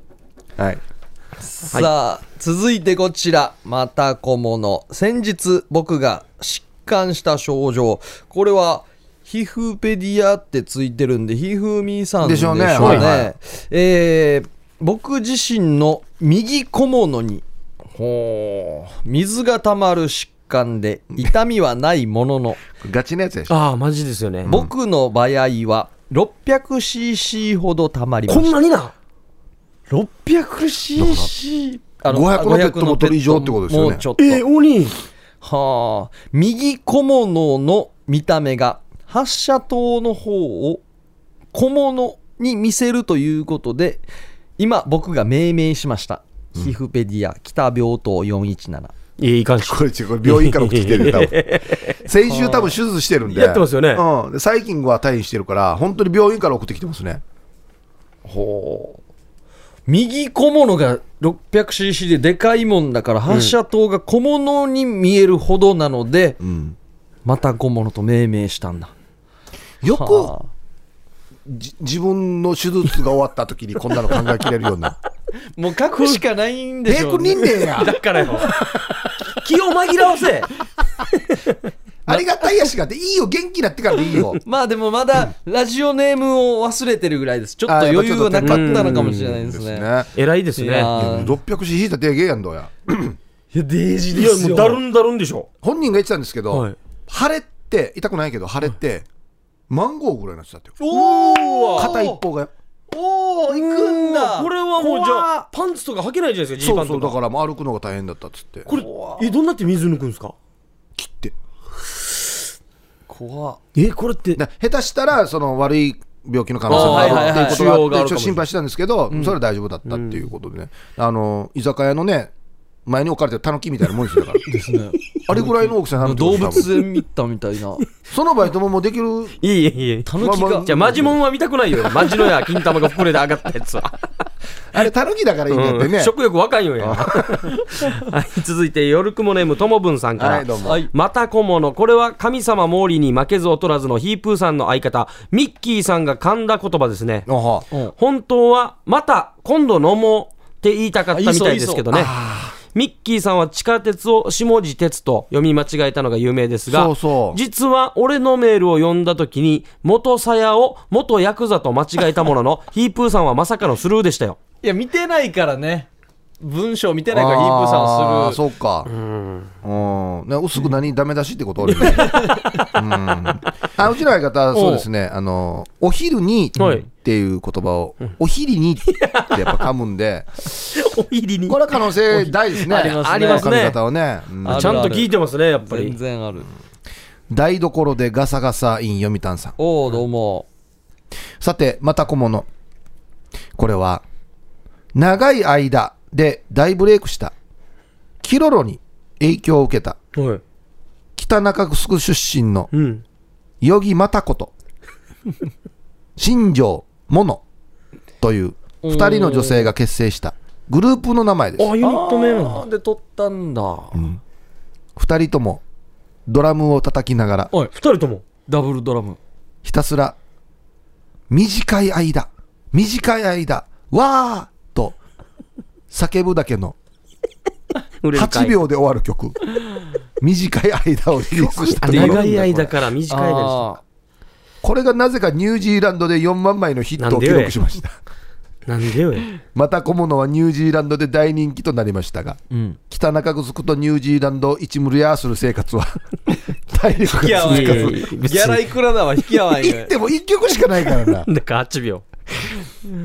Speaker 3: はい
Speaker 1: さあ、続いてこちら。また小物。先日僕が疾患した症状。これは、皮膚ペディアってついてるんで、ひふみさんでしょうね。
Speaker 3: でしょうねはいはい
Speaker 1: えー僕自身の右小物に、ほう、水が溜まる疾患で、痛みはないものの、
Speaker 3: ガチなやつでしょ。
Speaker 2: ああ、マジですよね。
Speaker 1: 僕の場合は 600cc ほど溜まりま
Speaker 2: こ
Speaker 1: した
Speaker 2: んなにな
Speaker 1: 600cc あ
Speaker 3: 500のペットボトル以上ってことですよね
Speaker 1: もうちょっと、
Speaker 2: えー、鬼
Speaker 1: はあ右小物の見た目が発射塔の方を小物に見せるということで今僕が命名しましたヒフペディア北病棟417
Speaker 2: いや、いかんし。
Speaker 3: これ違う、これ病院から送ってきてる、 多分。先週多分手術してるんで。
Speaker 2: やってますよね
Speaker 3: うん。で最近は退院してるから、本当に病院から送ってきてますね。
Speaker 1: ほう右小物が 600cc ででかいもんだから発射塔が小物に見えるほどなので、
Speaker 3: うん。
Speaker 1: また小物と命名したんだ
Speaker 3: よ
Speaker 1: は
Speaker 3: く、じ自分の手術が終わった時にこんなの考えきれるようになる。
Speaker 1: あもう書くしかないんで
Speaker 3: え
Speaker 1: し
Speaker 3: ー、
Speaker 1: ょ う
Speaker 3: これ
Speaker 1: ね
Speaker 3: 人間や。
Speaker 2: だからよ。気を紛らわせ。
Speaker 3: ありがたいやしがって、いいよ、元気になってからでいいよ。
Speaker 1: まあでもまだラジオネームを忘れてるぐらいですちょっと余裕はなかったのかもしれないですね
Speaker 2: 偉いですね。
Speaker 1: いやー
Speaker 3: 6 0 0シ引いた手芸やんどうや
Speaker 1: いやデージ
Speaker 2: いや、もうだるんだるんでしょ。
Speaker 3: 本人が言ってたんですけど、
Speaker 2: はい
Speaker 3: 腫れって痛くないけど腫れって、マンゴーぐらいになってたってよ
Speaker 1: おお
Speaker 3: 片一方が
Speaker 1: おお行くんだ
Speaker 2: これはもうじ
Speaker 1: 怖っ
Speaker 2: ゃあ、パンツとか履けないじゃないですか、ジー
Speaker 3: そ
Speaker 2: パ
Speaker 3: う
Speaker 2: ン
Speaker 3: そう
Speaker 2: と
Speaker 3: だ
Speaker 2: か。
Speaker 3: からもう歩くのが大変だったっつって
Speaker 2: これ、え、どうなって水抜くんですか
Speaker 3: 切って
Speaker 1: 怖っ
Speaker 2: え、これって、
Speaker 3: な下手したらその悪い病気の可能性も
Speaker 1: あーはい
Speaker 3: あ
Speaker 1: はいはい
Speaker 3: るっていうことが
Speaker 2: 腫瘍が
Speaker 3: あって
Speaker 2: あるかも
Speaker 3: 一
Speaker 2: しれ
Speaker 3: 応
Speaker 2: ない
Speaker 3: 心配してたんですけど、それは大丈夫だったっていうことでね、あの居酒屋のね前に置かれてるタヌキみたいなもんですよだから
Speaker 1: ですね
Speaker 3: あれぐらいの大きさになるってこ
Speaker 1: 動
Speaker 3: とです多
Speaker 1: 物
Speaker 3: 分
Speaker 1: 園見たみたいな
Speaker 3: そのバイトももうできる
Speaker 2: いえいえいえ。
Speaker 1: たぬき
Speaker 3: まあまあ
Speaker 1: が
Speaker 2: じゃあ、マジモンは見たくないよ。マジのや、金玉が膨れて上がったやつは。
Speaker 3: あれタヌキだからいいんだって
Speaker 2: う
Speaker 3: ね
Speaker 2: ん、食欲わかんよや。 はい、続いて、夜雲ネームともぶんさんから。
Speaker 3: はいどうも、
Speaker 1: はい
Speaker 2: また小物これは神様毛利に負けず劣らずのヒープーさんの相方ミッキーさんが噛んだ言葉ですね
Speaker 3: おは
Speaker 2: 本当はまた今度飲もうって言いたかったみたいですけどねミッキーさんは地下鉄を下地鉄と読み間違えたのが有名ですが
Speaker 3: そうそう
Speaker 2: 実は俺のメールを読んだ時に元さやを元ヤクザと間違えたもの のヒープーさんはまさかのスルーでしたよ
Speaker 1: いや見てないからね文章見てないからヒープーさん
Speaker 3: あ
Speaker 1: は
Speaker 3: ー
Speaker 1: する
Speaker 3: そうかうんね薄く何ダメ出しってことあるよねうんあうちの相方そうですねあのお昼に
Speaker 2: はい
Speaker 3: っていう言葉をお昼にってやっぱ噛むんで
Speaker 2: お入りに
Speaker 3: これは可能性大ですね
Speaker 1: ありますね
Speaker 2: ありますね
Speaker 3: 噛み方をねうん
Speaker 1: ある
Speaker 2: ちゃんと聞いてますねやっぱり
Speaker 1: 全然ある
Speaker 3: 台所でガサガサイン読谷さん
Speaker 1: おおどうも
Speaker 3: さてまた小物これは長い間で大ブレイクしたキロロに影響を受けた
Speaker 2: はい
Speaker 3: 北中城出身の
Speaker 2: うん
Speaker 3: ヨギマタコ と、新庄モノという二人の女性が結成したグループの名前です。
Speaker 2: あユニット名なんだ
Speaker 1: あーで撮ったんだ
Speaker 3: 二人ともドラムを叩きながら
Speaker 2: おい二人とも
Speaker 1: ダブルドラム
Speaker 3: ひたすら短い間、短い間、わーと叫ぶだけの8秒で終わる曲。短い間をリリースした
Speaker 1: 曲って
Speaker 2: 長
Speaker 1: 言
Speaker 2: い
Speaker 1: うん
Speaker 2: 間
Speaker 1: だ
Speaker 2: から短い間です
Speaker 1: あ
Speaker 3: これがなぜかニュージーランドで4万枚のヒットを記録しました。
Speaker 2: なんでよや
Speaker 3: また小物はニュージーランドで大人気となりましたが、
Speaker 1: ーうん
Speaker 3: 北中城とニュージーランドを一無理やする生活は体力
Speaker 1: 引き合
Speaker 3: が
Speaker 1: わん
Speaker 3: 続
Speaker 1: よ
Speaker 2: い
Speaker 3: か
Speaker 2: やいやいや別
Speaker 3: ず
Speaker 2: に、
Speaker 1: ギャラいくらだわ引き合 わん
Speaker 3: 行
Speaker 1: よ
Speaker 3: っても1曲しかないからな
Speaker 2: だから8秒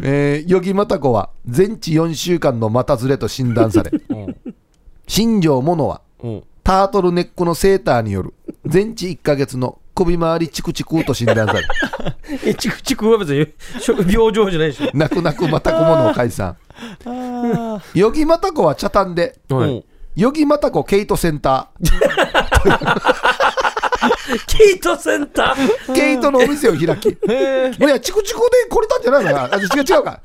Speaker 3: えー、ヨギマタコは全治4週間の股ずれと診断 され
Speaker 1: うん
Speaker 3: 新庄モノは
Speaker 1: うん
Speaker 3: タートルネックのセーターによる全治1ヶ月の首周りチクチクと診断さ れ
Speaker 2: えチクチクは別に病状じゃないでしょ
Speaker 3: 泣く泣くマタコモノを解散
Speaker 1: あ
Speaker 3: ヨギマタコは茶炭で
Speaker 2: はい
Speaker 3: ヨギマタコケイトセンタ
Speaker 2: ケイトセンター
Speaker 3: ーケイトのお店を開き
Speaker 1: へえ
Speaker 3: いや、チクチクでこれたんじゃないのかなあ違う違うか。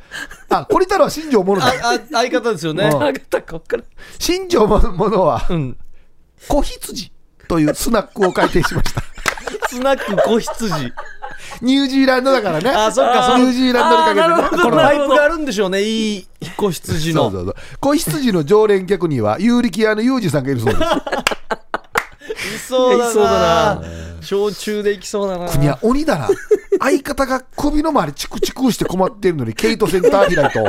Speaker 3: あ、これたのは新庄ものだ。
Speaker 1: あ相方ですよね
Speaker 3: うん
Speaker 2: あげたか分からん
Speaker 3: 新庄ものは、
Speaker 1: うん
Speaker 3: 小羊というスナックを開店しました。
Speaker 1: スナック子羊
Speaker 3: ニュージーランドだからね。
Speaker 1: あそっかそっか
Speaker 3: ニュージーランドにかけてね。
Speaker 1: このパイプがあるんでしょうねいい子羊
Speaker 3: そ
Speaker 1: の
Speaker 3: うそうそう。子羊の常連客には、有力屋のユージさんがいるそ うです。
Speaker 1: いそう
Speaker 2: いそうだな
Speaker 1: 焼酎でいきそうだな
Speaker 3: 国は鬼だな。相方が首の周りチクチクして困ってるのに、ケイトセンター開いと。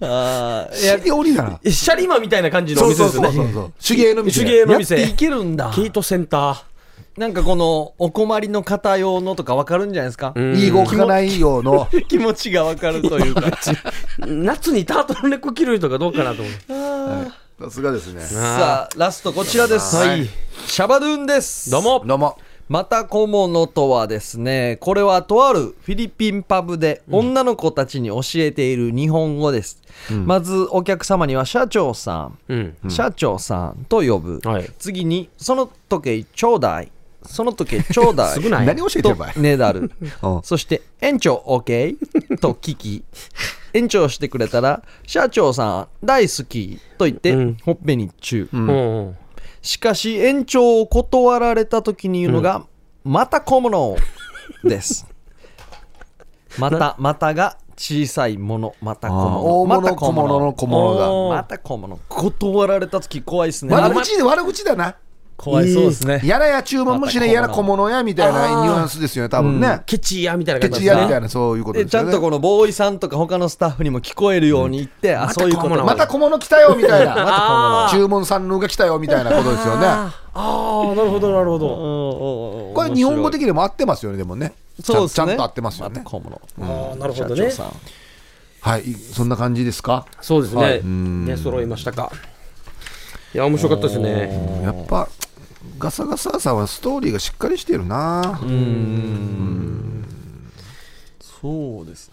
Speaker 1: あーいや
Speaker 3: 死に鬼だな。
Speaker 2: えシャリマみたいな感じのお
Speaker 3: そう
Speaker 2: 店
Speaker 3: そう
Speaker 2: です
Speaker 3: そ
Speaker 2: ね
Speaker 3: うそう。手芸の店。
Speaker 2: 手芸の店
Speaker 1: やっていけるんだ
Speaker 2: ケイトセンタ
Speaker 1: なんかこのお困りの方用のとかわかるんじゃないですか、
Speaker 2: ー
Speaker 3: いい動きがないようの。
Speaker 1: 気持ちがわかると いうか
Speaker 2: 夏にタートルネック着る人がどうかなと思う
Speaker 3: さすがですね。
Speaker 1: さあラストこちらです、
Speaker 2: はい
Speaker 1: シャバドゥンです
Speaker 2: どうも
Speaker 3: どうも。
Speaker 1: また小物とはですねこれはとあるフィリピンパブで女の子たちに教えている日本語です、まずお客様には社長さん、
Speaker 2: うん
Speaker 1: 社長さんと呼ぶ、
Speaker 2: はい
Speaker 1: 次にその時計ちょうだいその時計ちょうだい
Speaker 2: すぐない
Speaker 3: 何教えて
Speaker 1: と
Speaker 3: るばい。
Speaker 1: ねだる
Speaker 3: うん
Speaker 1: そして「園長 OK?」と聞 き園長してくれたら「社長さん大好き」と言って、
Speaker 2: うん
Speaker 1: ほっぺにチュー、
Speaker 2: うんうん
Speaker 1: しかし園長を断られた時に言うのが、また小物 です。また、またが小さいもの、また小物。
Speaker 3: 大
Speaker 1: ま
Speaker 3: 物
Speaker 1: た
Speaker 3: 小物の小
Speaker 2: お
Speaker 3: 物
Speaker 1: また小物。断られた時怖いですね。
Speaker 3: が。悪口で悪口だな。
Speaker 1: 怖いそうですね。
Speaker 3: やらや注文もしないやら小物やみたいなニュアンスですよね、多分ね。
Speaker 2: ケチやみたいな
Speaker 3: ケ
Speaker 2: 感じ
Speaker 3: チ
Speaker 2: です
Speaker 3: や
Speaker 2: ね
Speaker 3: みたいな、そういうこと
Speaker 1: で
Speaker 3: で
Speaker 1: ち
Speaker 3: すよ
Speaker 1: ゃん
Speaker 3: ね。
Speaker 1: とこのボーイさんとか他のスタッフにも聞こえるように言って、あ、そういうこ
Speaker 2: ま
Speaker 1: と
Speaker 2: た小物
Speaker 3: また小物来たよみたい
Speaker 1: また小
Speaker 3: な。
Speaker 1: 物。
Speaker 3: 注文さんのが来たよみたいなことで すよね。
Speaker 2: ああなるほどなるほど
Speaker 3: これ日本語的にも合ってますよね、でもね。ちゃ
Speaker 1: そうんですね。
Speaker 3: ちゃんと合ってますよね
Speaker 1: また。小物。
Speaker 2: ああなるほど
Speaker 1: 社長
Speaker 2: ね
Speaker 1: さん
Speaker 3: はい、そんな感じですか。
Speaker 2: そうです
Speaker 3: はい
Speaker 2: ね
Speaker 3: う
Speaker 2: 出揃いましたかいや面白かったですね
Speaker 3: やっぱ、ガサガサさんはストーリーがしっかりしてるな。
Speaker 1: そうです。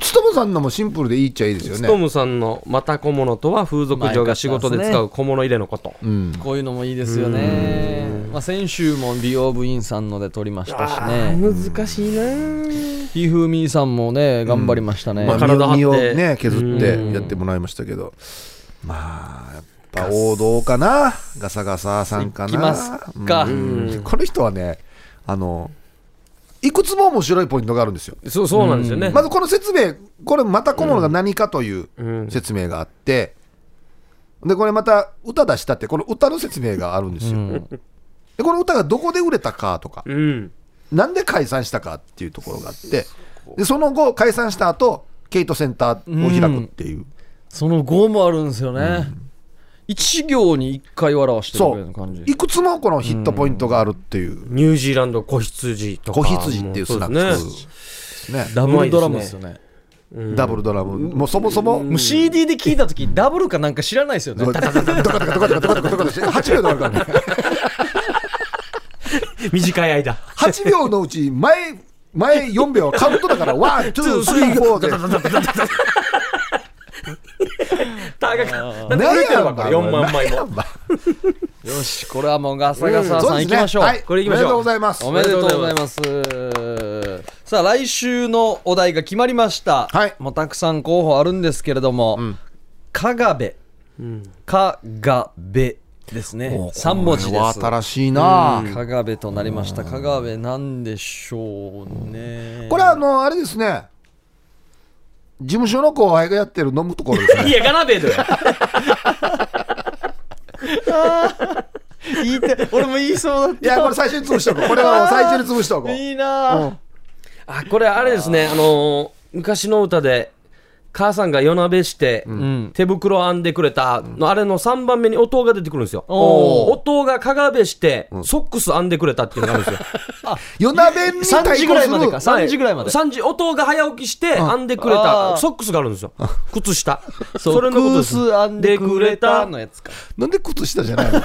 Speaker 3: つともさんのもシンプルでいいっちゃいいですよ
Speaker 2: スト
Speaker 3: ね。
Speaker 2: ムさんの「また小物」とは風俗嬢が仕事で使う小物入れのこと
Speaker 3: うん。
Speaker 1: こういうのもいいですよね。まあ、先週も美容部員さんので撮りましたし
Speaker 2: あ
Speaker 1: ね。
Speaker 2: ー難しいな
Speaker 1: ひふみさんもね、頑張りましたね。
Speaker 3: まあ、
Speaker 2: 体張って
Speaker 3: 身を身をね削ってやってもらいましたけどまあやっぱ王道かなガサガサさんかな
Speaker 1: 行きますか
Speaker 3: うんこの人はねあのいくつも面白いポイントがあるんですよ
Speaker 2: そうそうなんですよね
Speaker 3: まずこの説明これまた小物が何かという
Speaker 2: うん
Speaker 3: 説明があってでこれまた歌出したってこの歌の説明があるんですよ、でこの歌がどこで売れたかとか
Speaker 2: うん
Speaker 3: なんで解散したかっていうところがあってでその後解散した後ケイトセンターを開くっていう、
Speaker 1: その5もあるんですよね。一行に1回笑わしてるぐ
Speaker 3: そ
Speaker 1: らいの感
Speaker 3: う
Speaker 1: じ。
Speaker 3: いくつもこのヒットポイントがあるっていう、
Speaker 2: ニュージーランド子羊とか
Speaker 3: 子羊っていうスナ
Speaker 2: も
Speaker 3: ッ
Speaker 2: そうですね
Speaker 3: クね
Speaker 1: ダブルドラムですよね。
Speaker 3: ダブルドラムもうそもそも
Speaker 1: もう CD で聞いたとき、ダブルかなんか知らないですよね
Speaker 3: ド。カドカドカドカドカドカドカドカ8秒で終わるからね
Speaker 2: 短い間
Speaker 3: 8秒のうち前前4秒はカウントだからワンツースリーフォーで
Speaker 2: タガカなんで売れてるわこれ4万枚も
Speaker 1: よし、これはもうガサガサさん行きましょう。
Speaker 3: はい
Speaker 2: これ行き
Speaker 3: お
Speaker 2: まし
Speaker 3: め
Speaker 2: ょう
Speaker 3: でとうございます
Speaker 1: おめでとうございます。さあ、来週のお題が決まりました。
Speaker 3: はい
Speaker 1: もうたくさん候補あるんですけれども、かがべ、かがべですね。三文字
Speaker 3: こ
Speaker 1: で
Speaker 3: れは
Speaker 1: す。
Speaker 3: 新しいな
Speaker 1: かがべとなりました。かがべなんでしょうね。
Speaker 3: これはあのあれですね事務所の後輩がやってる飲むところです
Speaker 2: い
Speaker 3: ね
Speaker 2: やガナベードや
Speaker 1: 言いて、 俺も言いそうだっ
Speaker 3: いやこれ最初に潰しとこうこれはもう最初に潰しとこ
Speaker 1: た。
Speaker 3: う
Speaker 1: いいなぁ。
Speaker 2: あこれあれですねあのー昔の歌で母さんが夜なべして、
Speaker 1: ん
Speaker 2: 手袋編んでくれたのあれの3番目に音が出てくるんですよ
Speaker 1: お
Speaker 2: 音がかがべして、ソックス編んでくれたっていうのがあ るんですよ
Speaker 3: 夜なべに対抗
Speaker 1: 3
Speaker 3: す
Speaker 1: 時
Speaker 3: る
Speaker 1: ぐらいまでか、3時ぐらいまで。
Speaker 2: 3時音が早起きして編んでくれ
Speaker 1: あー
Speaker 2: たソックスがあるんですよ 靴下それのこと
Speaker 1: ク
Speaker 2: で
Speaker 1: ー
Speaker 2: す
Speaker 1: ス編んでくれたのやつか。
Speaker 3: なんで靴下じゃないのなん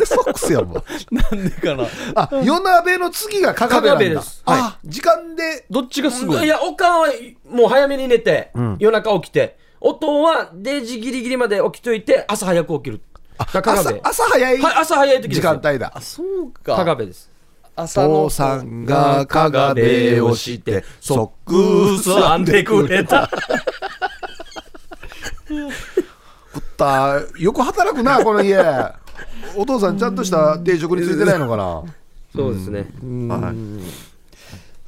Speaker 3: でソックスやもん。
Speaker 1: なんでかな。
Speaker 3: あ、夜なべの次がかがべな
Speaker 2: かが
Speaker 3: んだ。
Speaker 2: べです
Speaker 3: あ、時間で、
Speaker 1: どっちがすご
Speaker 2: い
Speaker 1: い
Speaker 2: や、おかんはもう早めに寝て、夜中起きて、おとんは0時ギリギリまで起きといて、朝早く起きる。だから
Speaker 3: 朝
Speaker 2: かがべ。
Speaker 3: 朝早い
Speaker 2: はい朝早い時です
Speaker 3: 時
Speaker 2: よ
Speaker 3: 間帯だ。
Speaker 1: そう
Speaker 2: かが
Speaker 1: か。
Speaker 2: べです。
Speaker 1: 朝の
Speaker 3: 父さんがかがべをして、ソックス編んでくれ
Speaker 2: た。
Speaker 3: た。よく働くな、この家。お父さん、ちゃんとした定職についてないのかな。
Speaker 2: そうですね。
Speaker 3: はい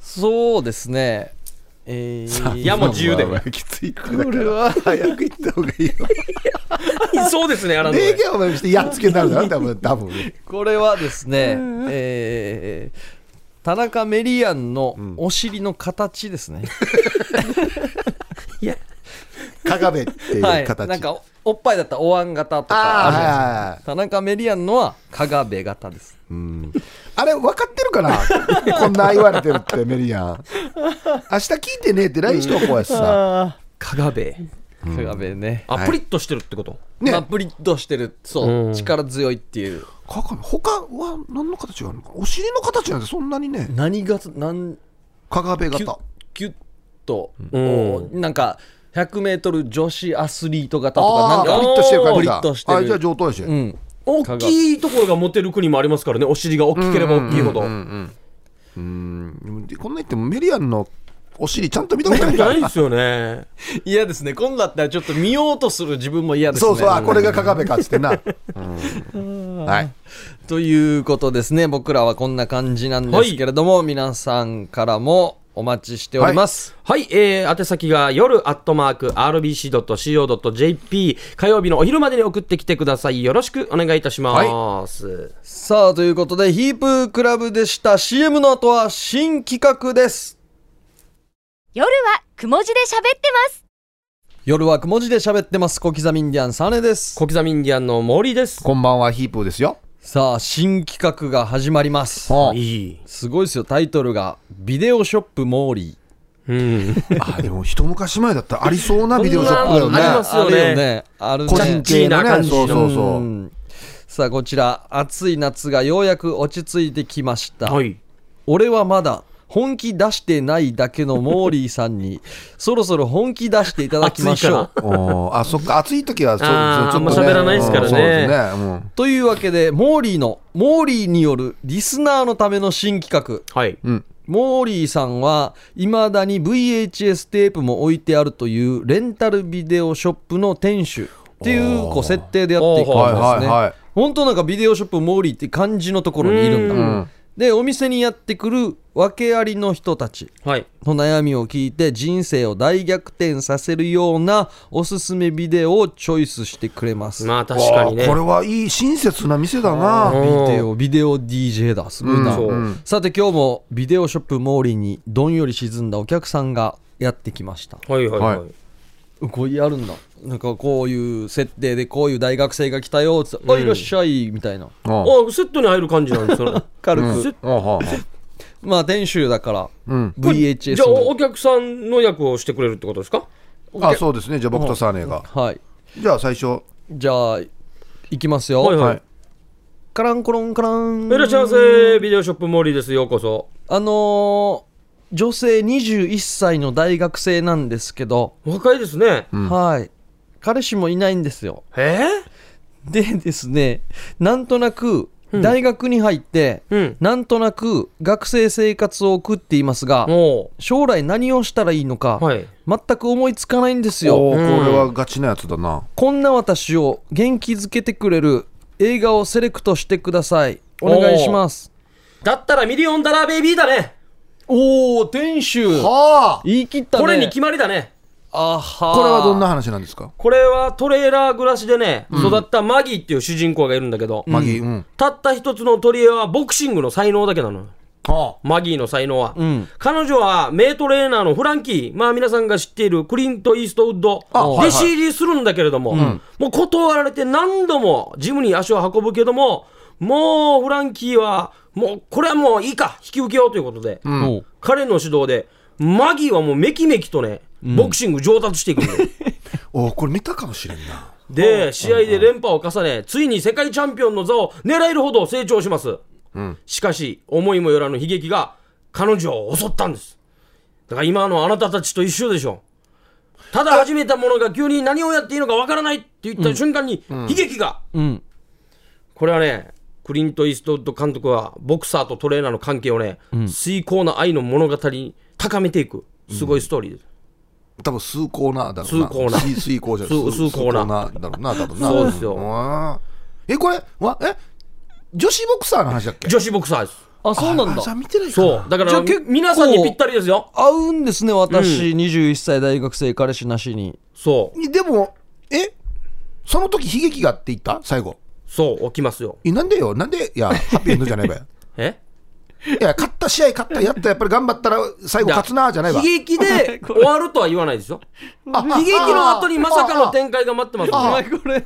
Speaker 1: そうですねえー、
Speaker 2: いやもう自由で
Speaker 3: まあまあきついってだから
Speaker 1: これは
Speaker 3: 早く行った方がいいよ。
Speaker 2: そうですね、アランド
Speaker 3: 礼
Speaker 2: で
Speaker 3: 儀はお前してやっつけになるだろ、多分、多分。
Speaker 1: これはですね、えー、田中メリアンのお尻の形ですね、
Speaker 2: いや、
Speaker 3: かがめってい
Speaker 1: は
Speaker 3: う
Speaker 1: い
Speaker 3: 形。
Speaker 1: なんかおおっぱいだったらお椀型とかあるじゃないですか
Speaker 3: ああ、
Speaker 1: 田中メリアンのは加賀部型です
Speaker 3: あれ、分かってるかな こんな言われてるって、メリアン。明日聞いてねえって LINE しとこうやしさ。
Speaker 2: 加賀部。
Speaker 1: 加賀部ね、
Speaker 2: あ、プリッとしてるってこと
Speaker 3: ね
Speaker 1: まあ、プリッとしてるそう、
Speaker 2: うん
Speaker 1: 力強いっていう
Speaker 3: かかめ、他は何の形があるのかお尻の形なんてそんなにね、
Speaker 1: 何がなん
Speaker 3: かがべ
Speaker 1: キュッ
Speaker 3: 型。
Speaker 1: キュッと、
Speaker 2: うん
Speaker 1: おなんか 100m 女子アスリート型とかなん
Speaker 3: ー
Speaker 1: か
Speaker 3: プリッとしてる感
Speaker 1: プ
Speaker 3: じ
Speaker 1: リ
Speaker 3: だ。
Speaker 1: ッとしてる
Speaker 3: あ、じゃあ上等やし。
Speaker 1: うん
Speaker 2: 大きいところがモテる国もありますからね、お尻が大きければ大きいほど。
Speaker 3: うんでこんな言ってもメリアンのお尻ちゃんと見たことないか
Speaker 2: な
Speaker 3: ら
Speaker 2: いですよね。
Speaker 1: 嫌ですね今度だったらちょっと見ようとする自分も嫌ですね
Speaker 3: そうそう、あ、これがかがべかっつって な。うんはい。
Speaker 1: ということですね僕らはこんな感じなんですけれども、皆さんからもお待ちしております、
Speaker 2: はい、えー、宛先が夜アットマーク RBC.CO.JP 火曜日のお昼までに送ってきてください。よろしくお願いいたします。
Speaker 1: さあということでヒープークラブでした CM の後は新企画です
Speaker 4: 夜はくも字で喋ってます
Speaker 1: 夜はくも字で喋ってます小刻みインディアンサネです
Speaker 2: 小刻みインディアンの森です。
Speaker 3: こんばんは、ヒープーですよ。
Speaker 1: さあ新企画が始まります
Speaker 3: うん
Speaker 2: いい。
Speaker 1: すごいですよタイトルが「ビデオショップモーリー
Speaker 2: うん。
Speaker 3: あでも一昔前だったらありそうなビデオショッ
Speaker 2: あり
Speaker 3: プだよ
Speaker 2: ま
Speaker 3: ね
Speaker 2: す」よ
Speaker 1: あるよ
Speaker 2: ね。
Speaker 1: ねあるね
Speaker 3: 個人系の
Speaker 2: ジャ
Speaker 3: ね
Speaker 2: ッジーな感じの
Speaker 3: そうそうそううん
Speaker 1: さあこちら暑い夏がようやく落ち着いてきました、
Speaker 2: はい。
Speaker 1: 俺はまだ本気出してないだけのモーリーさんに そろそろ本気出していただきましょう
Speaker 3: おーあそっか暑い時はそう
Speaker 2: あー
Speaker 3: そうちょっと
Speaker 2: あんま
Speaker 3: ね
Speaker 2: 喋らないですからね
Speaker 3: うんそうですね、うん
Speaker 1: というわけでモーリーのモーリーによるリスナーのための新企画
Speaker 2: はい。
Speaker 1: モーリーさんは未だに VHS テープも置いてあるというレンタルビデオショップの店主っていうこう設定でやっていくんですね、
Speaker 2: おー
Speaker 3: はいはいはい
Speaker 1: 本当なんかビデオショップモーリーって漢字のところにいるんだ
Speaker 3: うん
Speaker 1: でお店にやってくる訳ありの人たち
Speaker 2: はい。
Speaker 1: の悩みを聞いて人生を大逆転させるようなおすすめビデオをチョイスしてくれます、
Speaker 2: まあ確かにね。
Speaker 3: わあこれはいい親切な店だな
Speaker 2: うん
Speaker 1: ビデオビデオ DJ だすごいな、
Speaker 2: そう
Speaker 1: さて今日もビデオショップモーリーにどんより沈んだお客さんがやってきました
Speaker 2: はいはいはい。
Speaker 3: は
Speaker 1: こうやるんだなんかこういう設定でこういう大学生が来たよっつって「あいらっしゃい」みたいな
Speaker 3: うん
Speaker 2: あ、セットに入る感じな んですよね。
Speaker 1: 軽く、
Speaker 2: セット
Speaker 3: うんうん
Speaker 1: まあ店主だから、VHS
Speaker 2: じゃあ
Speaker 1: の
Speaker 2: お客さんの役をしてくれるってことですか
Speaker 3: うんあそうですねじゃあ僕とサーネが
Speaker 1: はい
Speaker 3: じゃあ最初
Speaker 1: じゃあいきますよ、
Speaker 2: はいはい。
Speaker 3: はい
Speaker 1: カランコロンカラン
Speaker 2: いらっしゃいませ。ビデオショップモーリーです。ようこそ。
Speaker 1: あのー女性21歳の大学生なんですけど、
Speaker 2: 若いですね。
Speaker 1: はい彼氏もいないんですよ
Speaker 2: え
Speaker 1: でですねなんとなく大学に入って、
Speaker 2: うん
Speaker 1: なんとなく学生生活を送っていますが、
Speaker 2: も
Speaker 1: 将来何をしたらいいのか、
Speaker 2: う。はい。
Speaker 1: 全く思いつかないんです
Speaker 3: お
Speaker 1: よ
Speaker 3: ーこれはガチなやつだな
Speaker 1: こんな私を元気づけてくれる映画をセレクトしてくださいお願いします
Speaker 2: だったらミリオンダラーベイビーだね。
Speaker 1: おお天主
Speaker 3: はあ
Speaker 1: 言い切ったね
Speaker 2: これに決まりだね。
Speaker 1: あは
Speaker 3: これはどんな話なんですか
Speaker 2: これはトレーラー暮らしでね、育ったマギーっていう主人公がいるんだけど、
Speaker 3: マギーうん
Speaker 2: たった一つの取り柄はボクシングの才能だけなのよ。
Speaker 3: は
Speaker 2: マギーの才能は。
Speaker 1: ん
Speaker 2: 彼女は名トレーナーのフランキー、まあ皆さんが知っているクリント・イーストウッド、
Speaker 3: あはいはい
Speaker 2: 弟子入りするんだけれども、もう断られて何度もジムに足を運ぶけども、もうフランキーは、もうこれはもういいか、引き受けようということで、
Speaker 1: うんお
Speaker 2: 彼の指導で、マギーはもうめきめきとね、ボクシング上達していくのよ。
Speaker 3: おーこれ見たかもしれんな
Speaker 2: で、試合で連覇を重ね、ついに世界チャンピオンの座を狙えるほど成長します。しかし、思いもよらぬ悲劇が彼女を襲ったんです。だから今のあなたたちと一緒でしょ。ただ始めたものが急に何をやっていいのかわからないって言った瞬間に悲劇が。
Speaker 1: うん
Speaker 2: これはね、クリント・イーストウッド監督はボクサーとトレーナーの関係をね、崇高な愛の物語に高めていく。すごいストーリーです。
Speaker 3: 多分崇高なだろうな
Speaker 2: 崇高な
Speaker 3: 水水高じゃない
Speaker 2: 崇
Speaker 3: 崇
Speaker 2: 崇高な
Speaker 3: だろうな多分な
Speaker 2: そうですよ
Speaker 3: んえこれわえ女子ボクサーの話だっけ
Speaker 2: 女子ボクサーです。
Speaker 1: あそうなんだ
Speaker 3: あじゃあ見てないかな
Speaker 2: そうだか
Speaker 1: じゃ
Speaker 2: ら
Speaker 1: あ結構
Speaker 2: 皆さんにぴったりですよ
Speaker 1: 合うんですね私、21歳大学生彼氏なしに
Speaker 2: そう
Speaker 3: でもえその時悲劇があって言った最後
Speaker 2: そう起きますよ
Speaker 3: えなんでよなんでいやハッピーエンドじゃないわよ
Speaker 2: え
Speaker 3: いや勝った試合勝ったやったやっぱり頑張ったら最後勝つなじゃないわ
Speaker 2: 悲劇 で終わるとは言わないですよ
Speaker 3: あ
Speaker 2: 悲劇の後にまさかの展開が待ってます
Speaker 1: お
Speaker 2: よ
Speaker 1: 前これ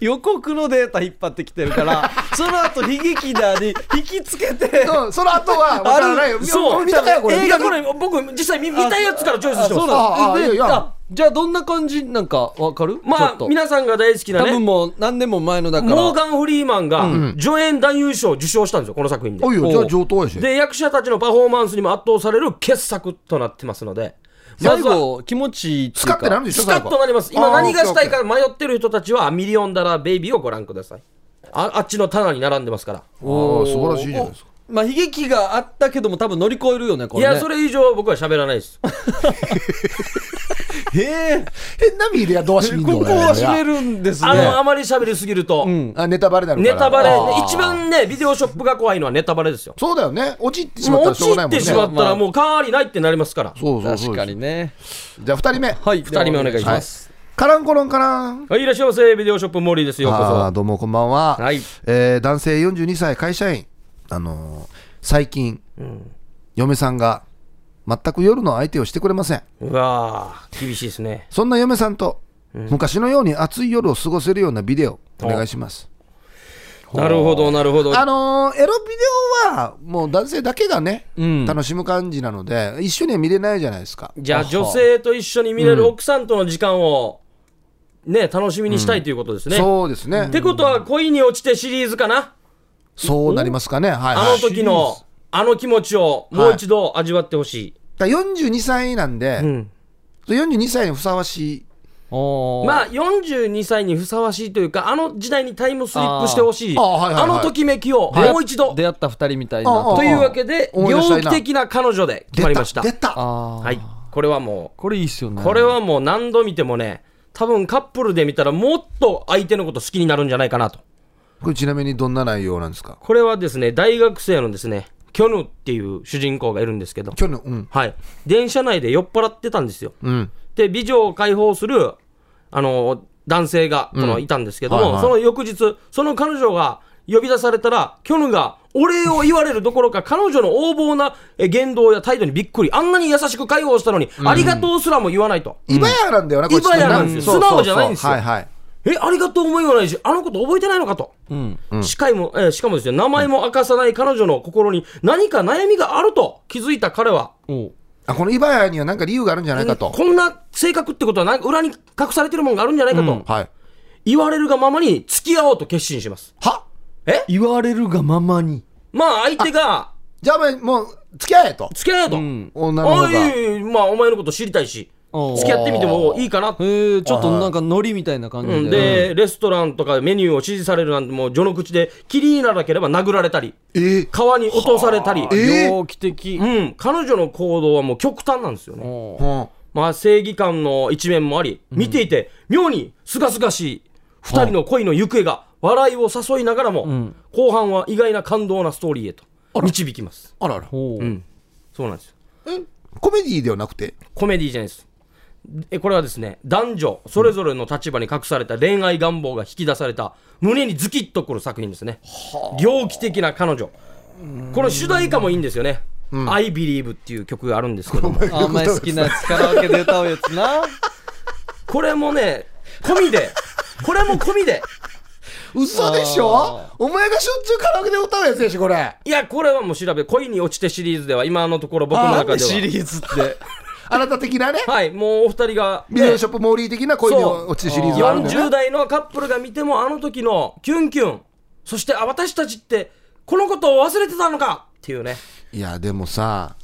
Speaker 1: 予告のデータ引っ張ってきてるから その後悲劇だに引きつけて
Speaker 3: うん、その後は分からないよ。見
Speaker 2: そう
Speaker 3: 見たかよ、これ。
Speaker 2: 映画こ
Speaker 3: れ。
Speaker 2: れ僕実際見見たやつからチョイスして
Speaker 1: そ
Speaker 2: ま
Speaker 1: う
Speaker 2: す
Speaker 1: な
Speaker 3: あ
Speaker 1: ん
Speaker 3: あ
Speaker 1: だ
Speaker 3: いやいや
Speaker 1: あじゃあどんな感じなんかわかるちょ
Speaker 2: ま
Speaker 1: っ
Speaker 2: あ
Speaker 1: と
Speaker 2: 皆さんが大好きな
Speaker 1: 多
Speaker 2: ね
Speaker 1: 分もう何年も前のだから
Speaker 2: モーガン・フリーマンが助演男優賞を受賞したんですよこの作品で
Speaker 3: おいよ、じゃあ上等やし。
Speaker 2: で役者たちのパフォーマンスにも圧倒される傑作となってますのでま
Speaker 1: 最
Speaker 2: ずは
Speaker 1: 後気持ちいいっていう
Speaker 3: 使
Speaker 1: か
Speaker 3: ってなるんでしょ、
Speaker 2: スカッとなります
Speaker 3: あ
Speaker 2: 今
Speaker 3: ー
Speaker 2: 何がしたい。
Speaker 3: オッケーオッケー
Speaker 2: か迷ってる人たちはミリオンダラーベイビーをご覧くださいああっちの棚に並んでますから
Speaker 3: ああ、素晴らしいじゃないですか。
Speaker 1: まあ悲劇があったけども多分乗り越えるよねこ
Speaker 2: い
Speaker 1: れね
Speaker 2: やそれ以上僕は喋らないです
Speaker 1: へえ
Speaker 3: 変なミーでやどうしみんの
Speaker 1: ここは知れるんですね
Speaker 2: あのあまり喋りすぎると
Speaker 3: あ、ネタバレだろ。
Speaker 2: ネタバレ
Speaker 3: あー
Speaker 2: 一番ねビデオショップが怖いのはネタバレですよ
Speaker 3: そうだよね。落ちてしま
Speaker 2: も
Speaker 3: っ
Speaker 2: う
Speaker 3: たらしょう
Speaker 2: 陥
Speaker 3: がな
Speaker 2: っ
Speaker 3: いもん
Speaker 2: て
Speaker 3: ね。
Speaker 2: し
Speaker 3: そ
Speaker 2: ま
Speaker 3: う
Speaker 2: ったらもう変わりないってなりますから
Speaker 3: そうそ
Speaker 1: 確
Speaker 3: う。
Speaker 1: かにね
Speaker 3: じゃあ、二人目。
Speaker 1: はい
Speaker 2: 二人目お願いし
Speaker 1: は
Speaker 2: ま
Speaker 1: い
Speaker 2: す
Speaker 3: カランコロンカラン。
Speaker 2: はいいらっしゃいませビデオショップモーリーですようこ
Speaker 3: ああ、どうもこんばんは。
Speaker 2: はい
Speaker 3: えー男性42歳、会社員。あのー、最近、嫁さんが、全く夜の相手をしてくれません。
Speaker 2: そうわあ厳しいですね
Speaker 3: そんな嫁さんと、昔のように暑い夜を過ごせるようなビデオ、お願いします。
Speaker 2: なるほどなるほど
Speaker 3: あのーエロビデオはもう男性だけがね、
Speaker 1: うん
Speaker 3: 楽しむ感じなので一緒には見れないじゃないですか
Speaker 2: じゃあ女性と一緒に見れる奥さんとの時間をね楽しみにしたいということですね、
Speaker 3: そうですね
Speaker 2: ってことは恋に落ちてシリーズかな
Speaker 3: そうなりますかねはい、
Speaker 2: あ
Speaker 3: は
Speaker 2: の
Speaker 3: い、だか
Speaker 2: 時のあの気持ちをもう一度味わってほし
Speaker 3: ら42歳なんで、
Speaker 2: い、うん
Speaker 3: 42歳にふさわしい
Speaker 1: おー
Speaker 2: まあ42歳にふさわしいというかあの時代にタイムスリップしてほしい
Speaker 3: あー
Speaker 2: あ,、
Speaker 3: あーはいはいはい
Speaker 2: のときめきを
Speaker 1: 出会っ
Speaker 2: もう一度
Speaker 1: 出会った二人みたいな
Speaker 3: ああ
Speaker 1: と
Speaker 2: というわけで
Speaker 3: 思い出した
Speaker 2: 猟
Speaker 3: いな
Speaker 2: 奇的な彼女で決まりました
Speaker 3: 出た
Speaker 1: あー
Speaker 2: はいこれはも
Speaker 1: これいいっすよね
Speaker 2: うこれはもう何度見てもね多分カップルで見たらもっと相手のこと好きになるんじゃないかなと
Speaker 3: これちなみにどんな内容なんですか
Speaker 2: これはですね、大学生のですね、キョヌっていう主人公がいるんですけど、
Speaker 3: 去年うん
Speaker 2: はい。電車内で酔っ払ってたんですよ。
Speaker 3: うん
Speaker 2: で、美女を解放する、あの、男性が、この、いたんですけども、
Speaker 3: はいはい
Speaker 2: その翌日、その彼女が呼び出されたら、キョヌがお礼を言われるどころか、彼女の横暴なえ言動や態度にびっくり。あんなに優しく解放したのに、ありがとうすらも言わないと。
Speaker 3: 今やなんだよな、これ
Speaker 2: 今やなんですよ
Speaker 3: そうそうそう
Speaker 2: 素直じゃないんですよ
Speaker 3: はいはい
Speaker 2: え、ありがとうも言わないし、あのこと覚えてないのかと。
Speaker 1: うん
Speaker 2: しかも、えーしかもですね、名前も明かさない彼女の心に何か悩みがあると気づいた彼は、
Speaker 1: おう
Speaker 3: あこの今やには何か理由があるんじゃないかと、
Speaker 2: こんな性格ってことはなんか裏に隠されてるもんがあるんじゃないかと、
Speaker 3: はい
Speaker 2: 言われるがままに付き合おうと決心します。
Speaker 3: は
Speaker 1: 言われるがままに
Speaker 2: まあ相手が、
Speaker 3: じゃあお前もう付き合えと
Speaker 2: 付き合えよと。
Speaker 1: うん
Speaker 3: 女の方
Speaker 2: あ
Speaker 3: が
Speaker 2: いやいやいやまあお前のこと知りたいし、
Speaker 1: おう
Speaker 2: 付き合ってみてもいいかな。
Speaker 1: へえちょっとなんかノリみたいな感
Speaker 2: う
Speaker 1: じ
Speaker 2: ん、
Speaker 1: で
Speaker 2: で、レストランとかメニューを指示されるなんて、もう序の口で、キリにならなければ殴られたり、
Speaker 3: えー
Speaker 2: 川に落とされたり、
Speaker 3: えー
Speaker 1: 猟奇的
Speaker 2: うん、彼女の行動はもう極端なんですよね。
Speaker 1: おう
Speaker 3: うん
Speaker 2: まあ、正義感の一面もあり、見ていて、妙にすがすがしい2人の恋の行方が、笑いを誘いながらも、
Speaker 1: ん
Speaker 2: 後半は意外な感動なストーリーへと導きます。
Speaker 3: あらあら
Speaker 1: おう
Speaker 2: うん、そうなんですよ。
Speaker 3: えコメディではなくて
Speaker 2: コメディじゃないです。えこれはですね、男女それぞれの立場に隠された恋愛願望が引き出された、胸にズキッとくる作品ですね。猟奇的な彼女。この主題歌もいいんですよね。I Believe っていう曲があるんですけども、
Speaker 1: あんまり好きなやつカラオケで歌うやつ な
Speaker 2: これもね、込みで、 これも込みで。
Speaker 3: 嘘でしょお前がしょっちゅうカラオケで歌うやつやしこれ
Speaker 2: いや、これはもう調べ、恋に落ちてシリーズでは、今のところ僕の
Speaker 1: なん
Speaker 2: 中
Speaker 1: で
Speaker 2: で
Speaker 1: シ
Speaker 2: は。
Speaker 1: リーズって
Speaker 3: あなた的 なね
Speaker 2: はい、もうお二人が、
Speaker 3: ビデオショップモーリー的な恋に落ちるシリーズがあるんだよ
Speaker 2: 40
Speaker 3: ね
Speaker 2: 代のカップルが見ても、あの時のキュンキュン、そして、あ、私たちって、このことを忘れてたのかっていうね。
Speaker 3: いやでもさ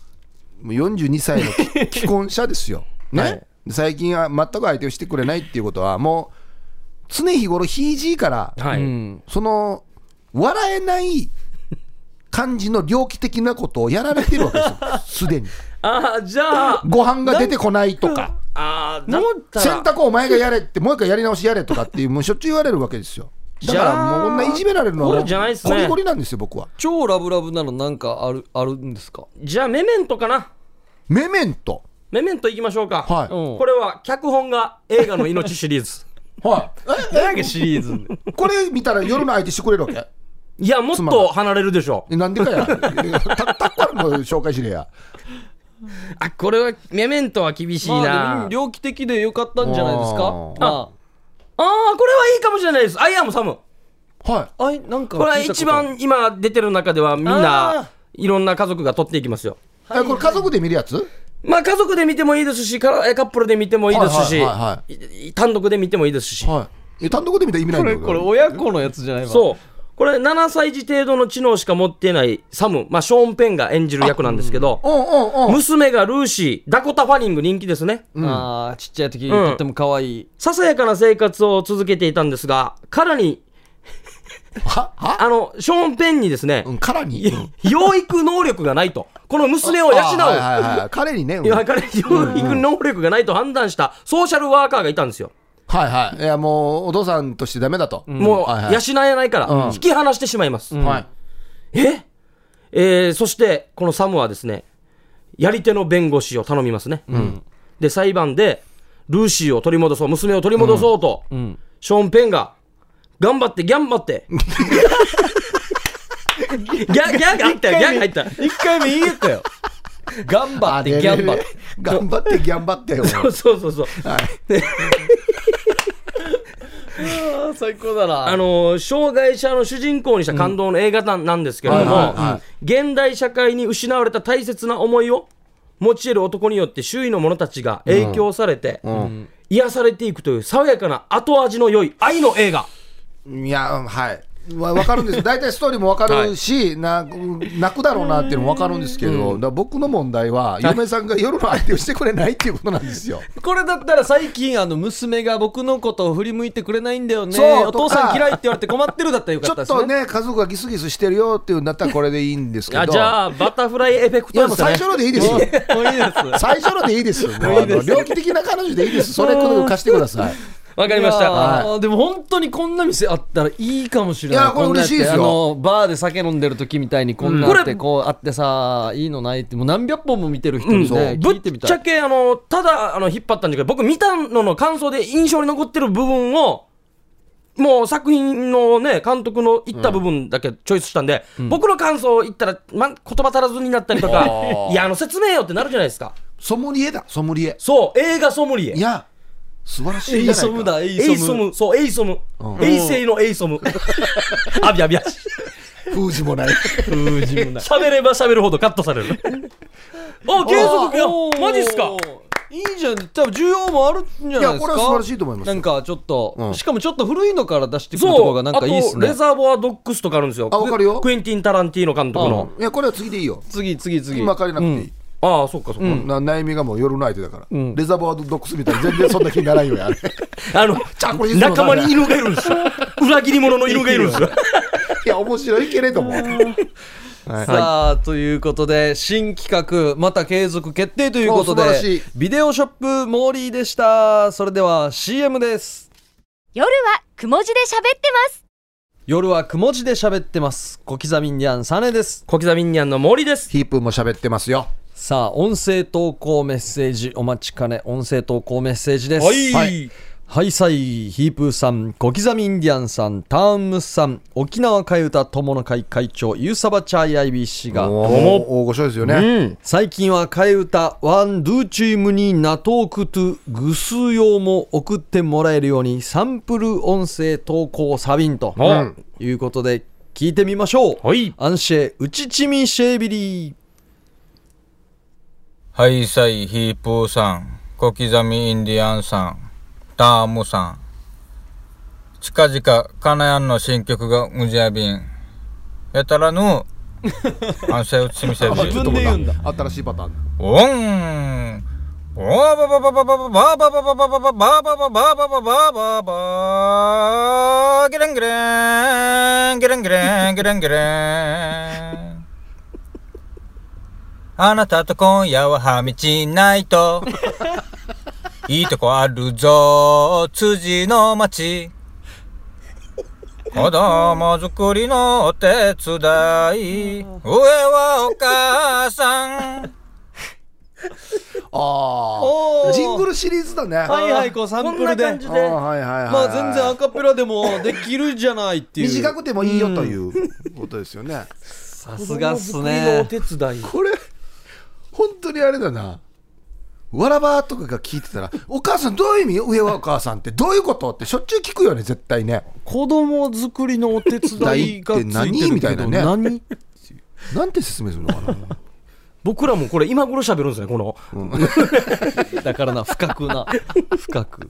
Speaker 3: もう42歳の既婚者ですよ ね、
Speaker 2: はい
Speaker 3: 最近は全く相手をしてくれないっていうことはもう常日頃ひいじいから
Speaker 2: はい。
Speaker 1: うん
Speaker 3: その笑えない感じの猟奇的なことをやられてるわ けですよすでに
Speaker 2: ああ、じゃあ、
Speaker 3: ご飯が出てこないとか
Speaker 2: ああ、だった
Speaker 3: 洗
Speaker 2: ら、
Speaker 3: 濯をお前がやれってもう一回やり直しやれとかっていうもうしょっちゅう言われるわけですよだからもうこんないじめられるのはも
Speaker 2: これじゃないっ
Speaker 3: う
Speaker 2: すね
Speaker 3: ゴリゴリなんですよ僕は
Speaker 1: 超ラブラブなのなんかあるあるんですか
Speaker 2: じゃあメメントかな
Speaker 3: メメント
Speaker 2: メメントいきましょうか、
Speaker 3: はい
Speaker 1: うん
Speaker 2: これは脚本が映画の命シリーズ
Speaker 3: はい
Speaker 1: 何やシリ ーズ
Speaker 3: え これ見たら夜の相手してくれるわけ
Speaker 2: いやもっと離れるでしょう
Speaker 3: えなんでかやたたっこあるの紹介しねや
Speaker 2: あこれはメメントは厳しいな、
Speaker 1: まあ
Speaker 2: あ
Speaker 1: でも猟奇的でよかったんじゃないですか
Speaker 3: あー
Speaker 1: あ
Speaker 2: あーこれはいいかもしれないですアイアムサム
Speaker 3: は
Speaker 1: あいなんか
Speaker 2: これは
Speaker 1: 聞いた
Speaker 2: 一
Speaker 1: とある
Speaker 2: 番今出てる中ではみん
Speaker 1: あー
Speaker 2: な、いろんな家族が撮っていきますよ。
Speaker 3: い、えこれ家族で見るやつ
Speaker 2: まあ家族で見てもいいですし、カラカップルで見てもいいですし、
Speaker 3: はいはいはい
Speaker 2: 単独で見てもいいですし。
Speaker 3: はいえ単独で見たら意味ない
Speaker 1: こ
Speaker 3: んだけ
Speaker 1: れ
Speaker 3: ど
Speaker 1: これ親子のやつじゃないわ
Speaker 2: そう。これ7歳児程度の知能しか持ってないサム、まあショーン・ペンが演じる役なんですけど、
Speaker 3: うんうんうん
Speaker 2: 娘がルーシー、ダコタ・ファニング人気ですね。
Speaker 1: あーちっちゃい時とっても可愛い
Speaker 2: ささやかな生活を続けていたんですが、彼に、
Speaker 3: はは
Speaker 2: あの、ショーン・ペンにですね
Speaker 3: う、んからにうん
Speaker 2: 養育能力がないと。この娘を養う。
Speaker 3: あはいはいはい彼にね、うん
Speaker 2: いや彼養育能力がないと判断したソーシャルワーカーがいたんですよ、
Speaker 3: はいはいいやもうお父さんとしてダメだと、
Speaker 2: もう
Speaker 3: はいはい
Speaker 2: 養えないから
Speaker 3: うん
Speaker 2: 引き離してしまいます、
Speaker 3: はい
Speaker 2: ええーそしてこのサムはですねやり手の弁護士を頼みますね、で裁判でルーシーを取り戻そう娘を取り戻そうと、ショーン・ペンが頑張って頑張って ギャギャギャ入ったよギャ入った
Speaker 1: 一回目言えた よ頑張ってギャンバ
Speaker 3: あれれ 頑張ってギャン張ってよ
Speaker 2: そうそうそうそう
Speaker 1: 最高だな
Speaker 2: あのー障害者の主人公にした感動の映画ななんですけれど
Speaker 3: はい
Speaker 2: も
Speaker 3: はいは、
Speaker 2: 現代社会に失われた大切な思いを持ち得る男によって周囲の者たちが影響されて、癒されていくという爽やかな後味の良い愛の映画。
Speaker 3: いや、うんはい。わ分かるんです大体ストーリーも分かるし、な泣くだろうなっていうのも分かるんですけど、だから僕の問題は、嫁さんが夜の相手をしてくれないっていうことなんですよ。
Speaker 1: これだったら最近あの娘が僕のことを振り向いてくれないんだよね
Speaker 3: そう
Speaker 1: お父さん嫌いって言われて困ってるだったらよ
Speaker 3: ち
Speaker 1: かっ
Speaker 3: ょ
Speaker 1: たで
Speaker 3: っ
Speaker 1: すね
Speaker 3: とね、家族がギスギスしてるよっていうんだったら、これでいいんですけど、
Speaker 2: あじゃあ、バタフライエフェク
Speaker 3: い
Speaker 2: ト
Speaker 3: や
Speaker 2: で
Speaker 3: もう
Speaker 2: すね
Speaker 3: 最初。のでいいですよ、
Speaker 1: もういいです
Speaker 3: 最初のでいいですよ、もうあの猟奇的な彼女でいいです、それ、貸してください。
Speaker 2: わかりまし
Speaker 1: いや
Speaker 2: た。
Speaker 1: ーでも本当にこんな店あったらいいかもしれない
Speaker 3: いやこれ嬉しいですよ
Speaker 1: こんなやってあのバーで酒飲んでる時みたいにこんなあっ
Speaker 2: こ
Speaker 1: て
Speaker 2: れ
Speaker 1: こうあってさいいのないってもう何百本も見てる人
Speaker 2: うん
Speaker 1: にね、
Speaker 2: ぶ
Speaker 1: 聞
Speaker 2: っ
Speaker 1: いてみた
Speaker 2: ちゃ
Speaker 1: い
Speaker 2: けあのただあの引っ張ったんだけど僕見たのの感想で印象に残ってる部分をもう作品のね監督の言った部分だけチョイスしたんで、僕の感想を言ったら、ま、言葉足らずになったりとかいやあの説明よってなるじゃないですか
Speaker 3: ソムリエだ、ソムリエ。
Speaker 2: そう映画ソムリエ
Speaker 3: いや、素晴らし
Speaker 1: エ
Speaker 3: いじゃ
Speaker 1: イ
Speaker 3: ない
Speaker 1: ソ
Speaker 3: か
Speaker 1: ムだエイソム
Speaker 2: エイ ソムそうエイソム、衛星のエイソム あびあびあ
Speaker 3: 封じもない。
Speaker 1: 風神もない
Speaker 2: 喋れば喋るほどカットされるあ継続いや
Speaker 1: おー
Speaker 2: マジっすか
Speaker 1: いいじゃん多分需要もあるんじゃないですか
Speaker 3: いやこれは素晴らしいと思いますよ
Speaker 1: なんかちょっと、
Speaker 3: うん
Speaker 1: しかもちょっと古いのから出してくるとこ
Speaker 2: そ
Speaker 1: ろ
Speaker 2: う
Speaker 1: がなんかいいっす
Speaker 2: あと
Speaker 1: ね
Speaker 2: レザーボアドッグスとかあるんですよ
Speaker 3: あわかるよ
Speaker 2: クエンティン・タランティーノ監督の
Speaker 3: いや、これは次でいいよ、
Speaker 1: 次次次
Speaker 3: 今、借りなくていい。
Speaker 2: ああそっかそっか、
Speaker 3: な悩みがもう夜の相手だから、レザーバードックスみたいに全然そんな気にならんよや れ
Speaker 2: あの
Speaker 3: じゃあこれ
Speaker 2: 仲間に犬がいるん ですよ裏切り者の犬がいるんですよ
Speaker 3: いや面白いけれども
Speaker 1: さあということで新企画また継続決定ということ
Speaker 3: お素晴らし
Speaker 1: で
Speaker 3: い
Speaker 1: ビデオショップモーリーでしたそれでは CM です
Speaker 4: 夜はくも字で喋ってます
Speaker 1: 夜はくも字で喋ってます小刻みインディアンサネです
Speaker 2: 小刻みにゃんの森です
Speaker 3: ヒープーも喋ってますよ
Speaker 1: さあ音声投稿メッセージお待ちかね音声投稿メッセージです
Speaker 2: はい
Speaker 1: ハイサイヒープーさん小刻みインディアンさんターンムスさん沖縄替え歌友の会会長ユーサバチャイ IBC が
Speaker 3: も大御所ですよね
Speaker 1: 最近は替え歌ワンドゥチームにナトークトゥグス用も送ってもらえるようにサンプル音声投稿サビンと
Speaker 2: あ
Speaker 1: いうことで聞いてみましょう、
Speaker 2: はい
Speaker 1: アンシェウチチミシェービリー
Speaker 5: ハイサイヒープーさん、小刻みインディアンさん、タームさん。近々、カナヤンの新曲が無ジャビン。やたらぬ、アンセウチミセビ。
Speaker 1: 自分で言うんだ
Speaker 3: 新しいパターン
Speaker 5: オンバーババババババババババババババババババババババゲレンゲレンゲレンゲレンゲレンゲレンあなたと今夜ははみちないといいとこあるぞ辻の町こ子供作りのお手伝い。上はお母さん。
Speaker 3: あ
Speaker 1: お
Speaker 3: あ
Speaker 1: ー
Speaker 3: ジングルシリーズだね
Speaker 1: は
Speaker 3: あ
Speaker 1: いはいこうサンプルで
Speaker 2: こんな感じ
Speaker 3: ー
Speaker 2: で
Speaker 3: はいはいはいはい
Speaker 1: まあ全然アカペラでもできるじゃないっていう
Speaker 3: 短くてもいいよということですよね
Speaker 1: さすがっす
Speaker 2: のお
Speaker 1: ね
Speaker 2: 手伝い。
Speaker 3: これ本当にあれだなわらばとかが聞いてたら「お母さんどういう意味上はお母さんってどういうこと?」ってしょっちゅう聞くよね絶対ね
Speaker 1: 子供作りのお手伝いがついてるけど
Speaker 3: 大体何みたいな
Speaker 1: 何
Speaker 3: なんて説明するの かな
Speaker 2: 僕らもこれ今頃喋るんですね、この。
Speaker 1: だからな深く な深く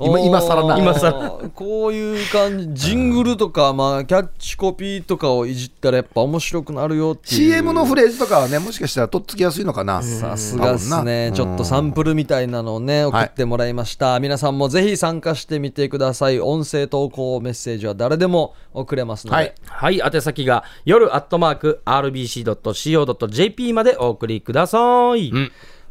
Speaker 3: 今今更
Speaker 1: 今
Speaker 3: な
Speaker 2: 今
Speaker 1: 更こういう感じジングルとか、まあ、キャッチコピーとかをいじったらやっぱ面白くなるよっていう
Speaker 3: CM のフレーズとかはねもしかしたらとっつきやすいのかな
Speaker 1: さすがっすねちょっとサンプルみたいなのをね送
Speaker 3: はい
Speaker 1: ってもらいました、皆さんもぜひ参加してみてください音声投稿メッセージは誰でも送れますので、
Speaker 3: はい
Speaker 2: はい、宛先が夜アットマーク RBC.CO.JP までお送りください。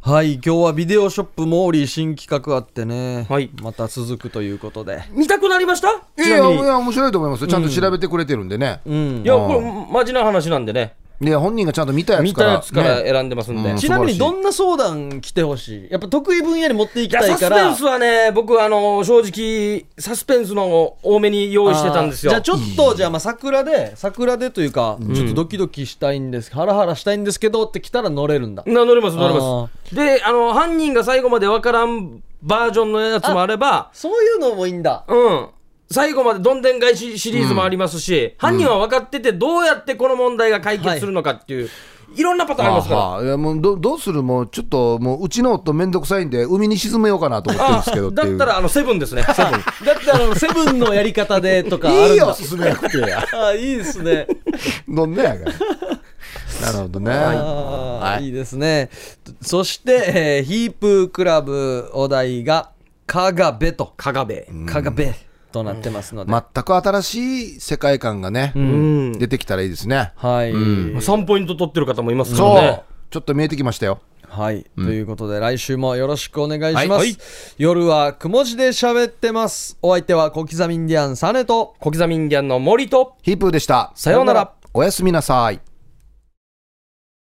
Speaker 1: はい今日はビデオショップモーリー新企画あってね、
Speaker 2: はい
Speaker 1: また続くということで
Speaker 2: 見たくなりました
Speaker 3: い
Speaker 2: ち
Speaker 3: や
Speaker 2: なみ
Speaker 3: い
Speaker 2: に。
Speaker 3: や面白いと思いますよちゃんと調べてくれてるんでね、
Speaker 2: いや、これ、マジな話なんでね。
Speaker 3: で本人がちゃんと見たや
Speaker 2: 見
Speaker 3: つか
Speaker 2: た
Speaker 3: ら
Speaker 2: やつから
Speaker 3: ね
Speaker 2: 選んでますんで。
Speaker 3: うん
Speaker 2: い
Speaker 1: ちなみにどんな相談来てほしいやっぱ得意分野に持っていき
Speaker 2: や、
Speaker 1: たい
Speaker 2: サ
Speaker 1: か
Speaker 2: ス
Speaker 1: ら
Speaker 2: ペンスはね、僕、あの、正直、サスペンスの多めに用意してたんですよ。
Speaker 1: あーじゃあちょっとじゃあまあ桜で桜でというかちょっとドキドキしたいんですハラハラしたいんですけどって来たら乗れるんだ
Speaker 2: な乗れます、乗れます。で、あの、犯人が最後までわからんバージョンのやつもあれば、
Speaker 1: そういうのもいいんだ
Speaker 2: うん。最後までどんでん返しシリーズもありますし、犯人は分かってて、どうやってこの問題が解決するのかっていう、い、ろんなパターンありますから。
Speaker 3: ああいやもうどどうするもうちょっともううちの夫めんどくさいんで海に沈めようかなと思ってるんですけどって
Speaker 2: だ
Speaker 3: い
Speaker 2: っ
Speaker 3: う
Speaker 2: たら、あの、セブンですね。セブン。
Speaker 1: だってあの セブンのやり方でとかあ
Speaker 3: い
Speaker 1: るん
Speaker 3: いよ
Speaker 1: だ
Speaker 3: 進め なくてや
Speaker 1: あいいですね
Speaker 3: どんなやがなるほどね
Speaker 1: あ
Speaker 3: は
Speaker 1: ーい
Speaker 3: い
Speaker 1: いですねそしてえーヒープークラブお題が「かがべ」と
Speaker 2: かがべ。
Speaker 1: 「かがべ」となってますので
Speaker 3: 全く新しい世界観がね、
Speaker 2: ん
Speaker 3: 出てきたらいいですね
Speaker 1: はい
Speaker 2: 3ポイント取ってる方もいますから
Speaker 3: そう、
Speaker 2: ね。
Speaker 3: ちょっと見えてきましたよ
Speaker 1: はい、ということで来週もよろしくお願いします、
Speaker 3: はいはい
Speaker 1: 夜はくも字で喋ってますお相手は小刻みインディアンサネと
Speaker 2: 小刻みインディアンの森と、
Speaker 3: ヒープーでした
Speaker 2: さようなら。
Speaker 3: おやすみなさい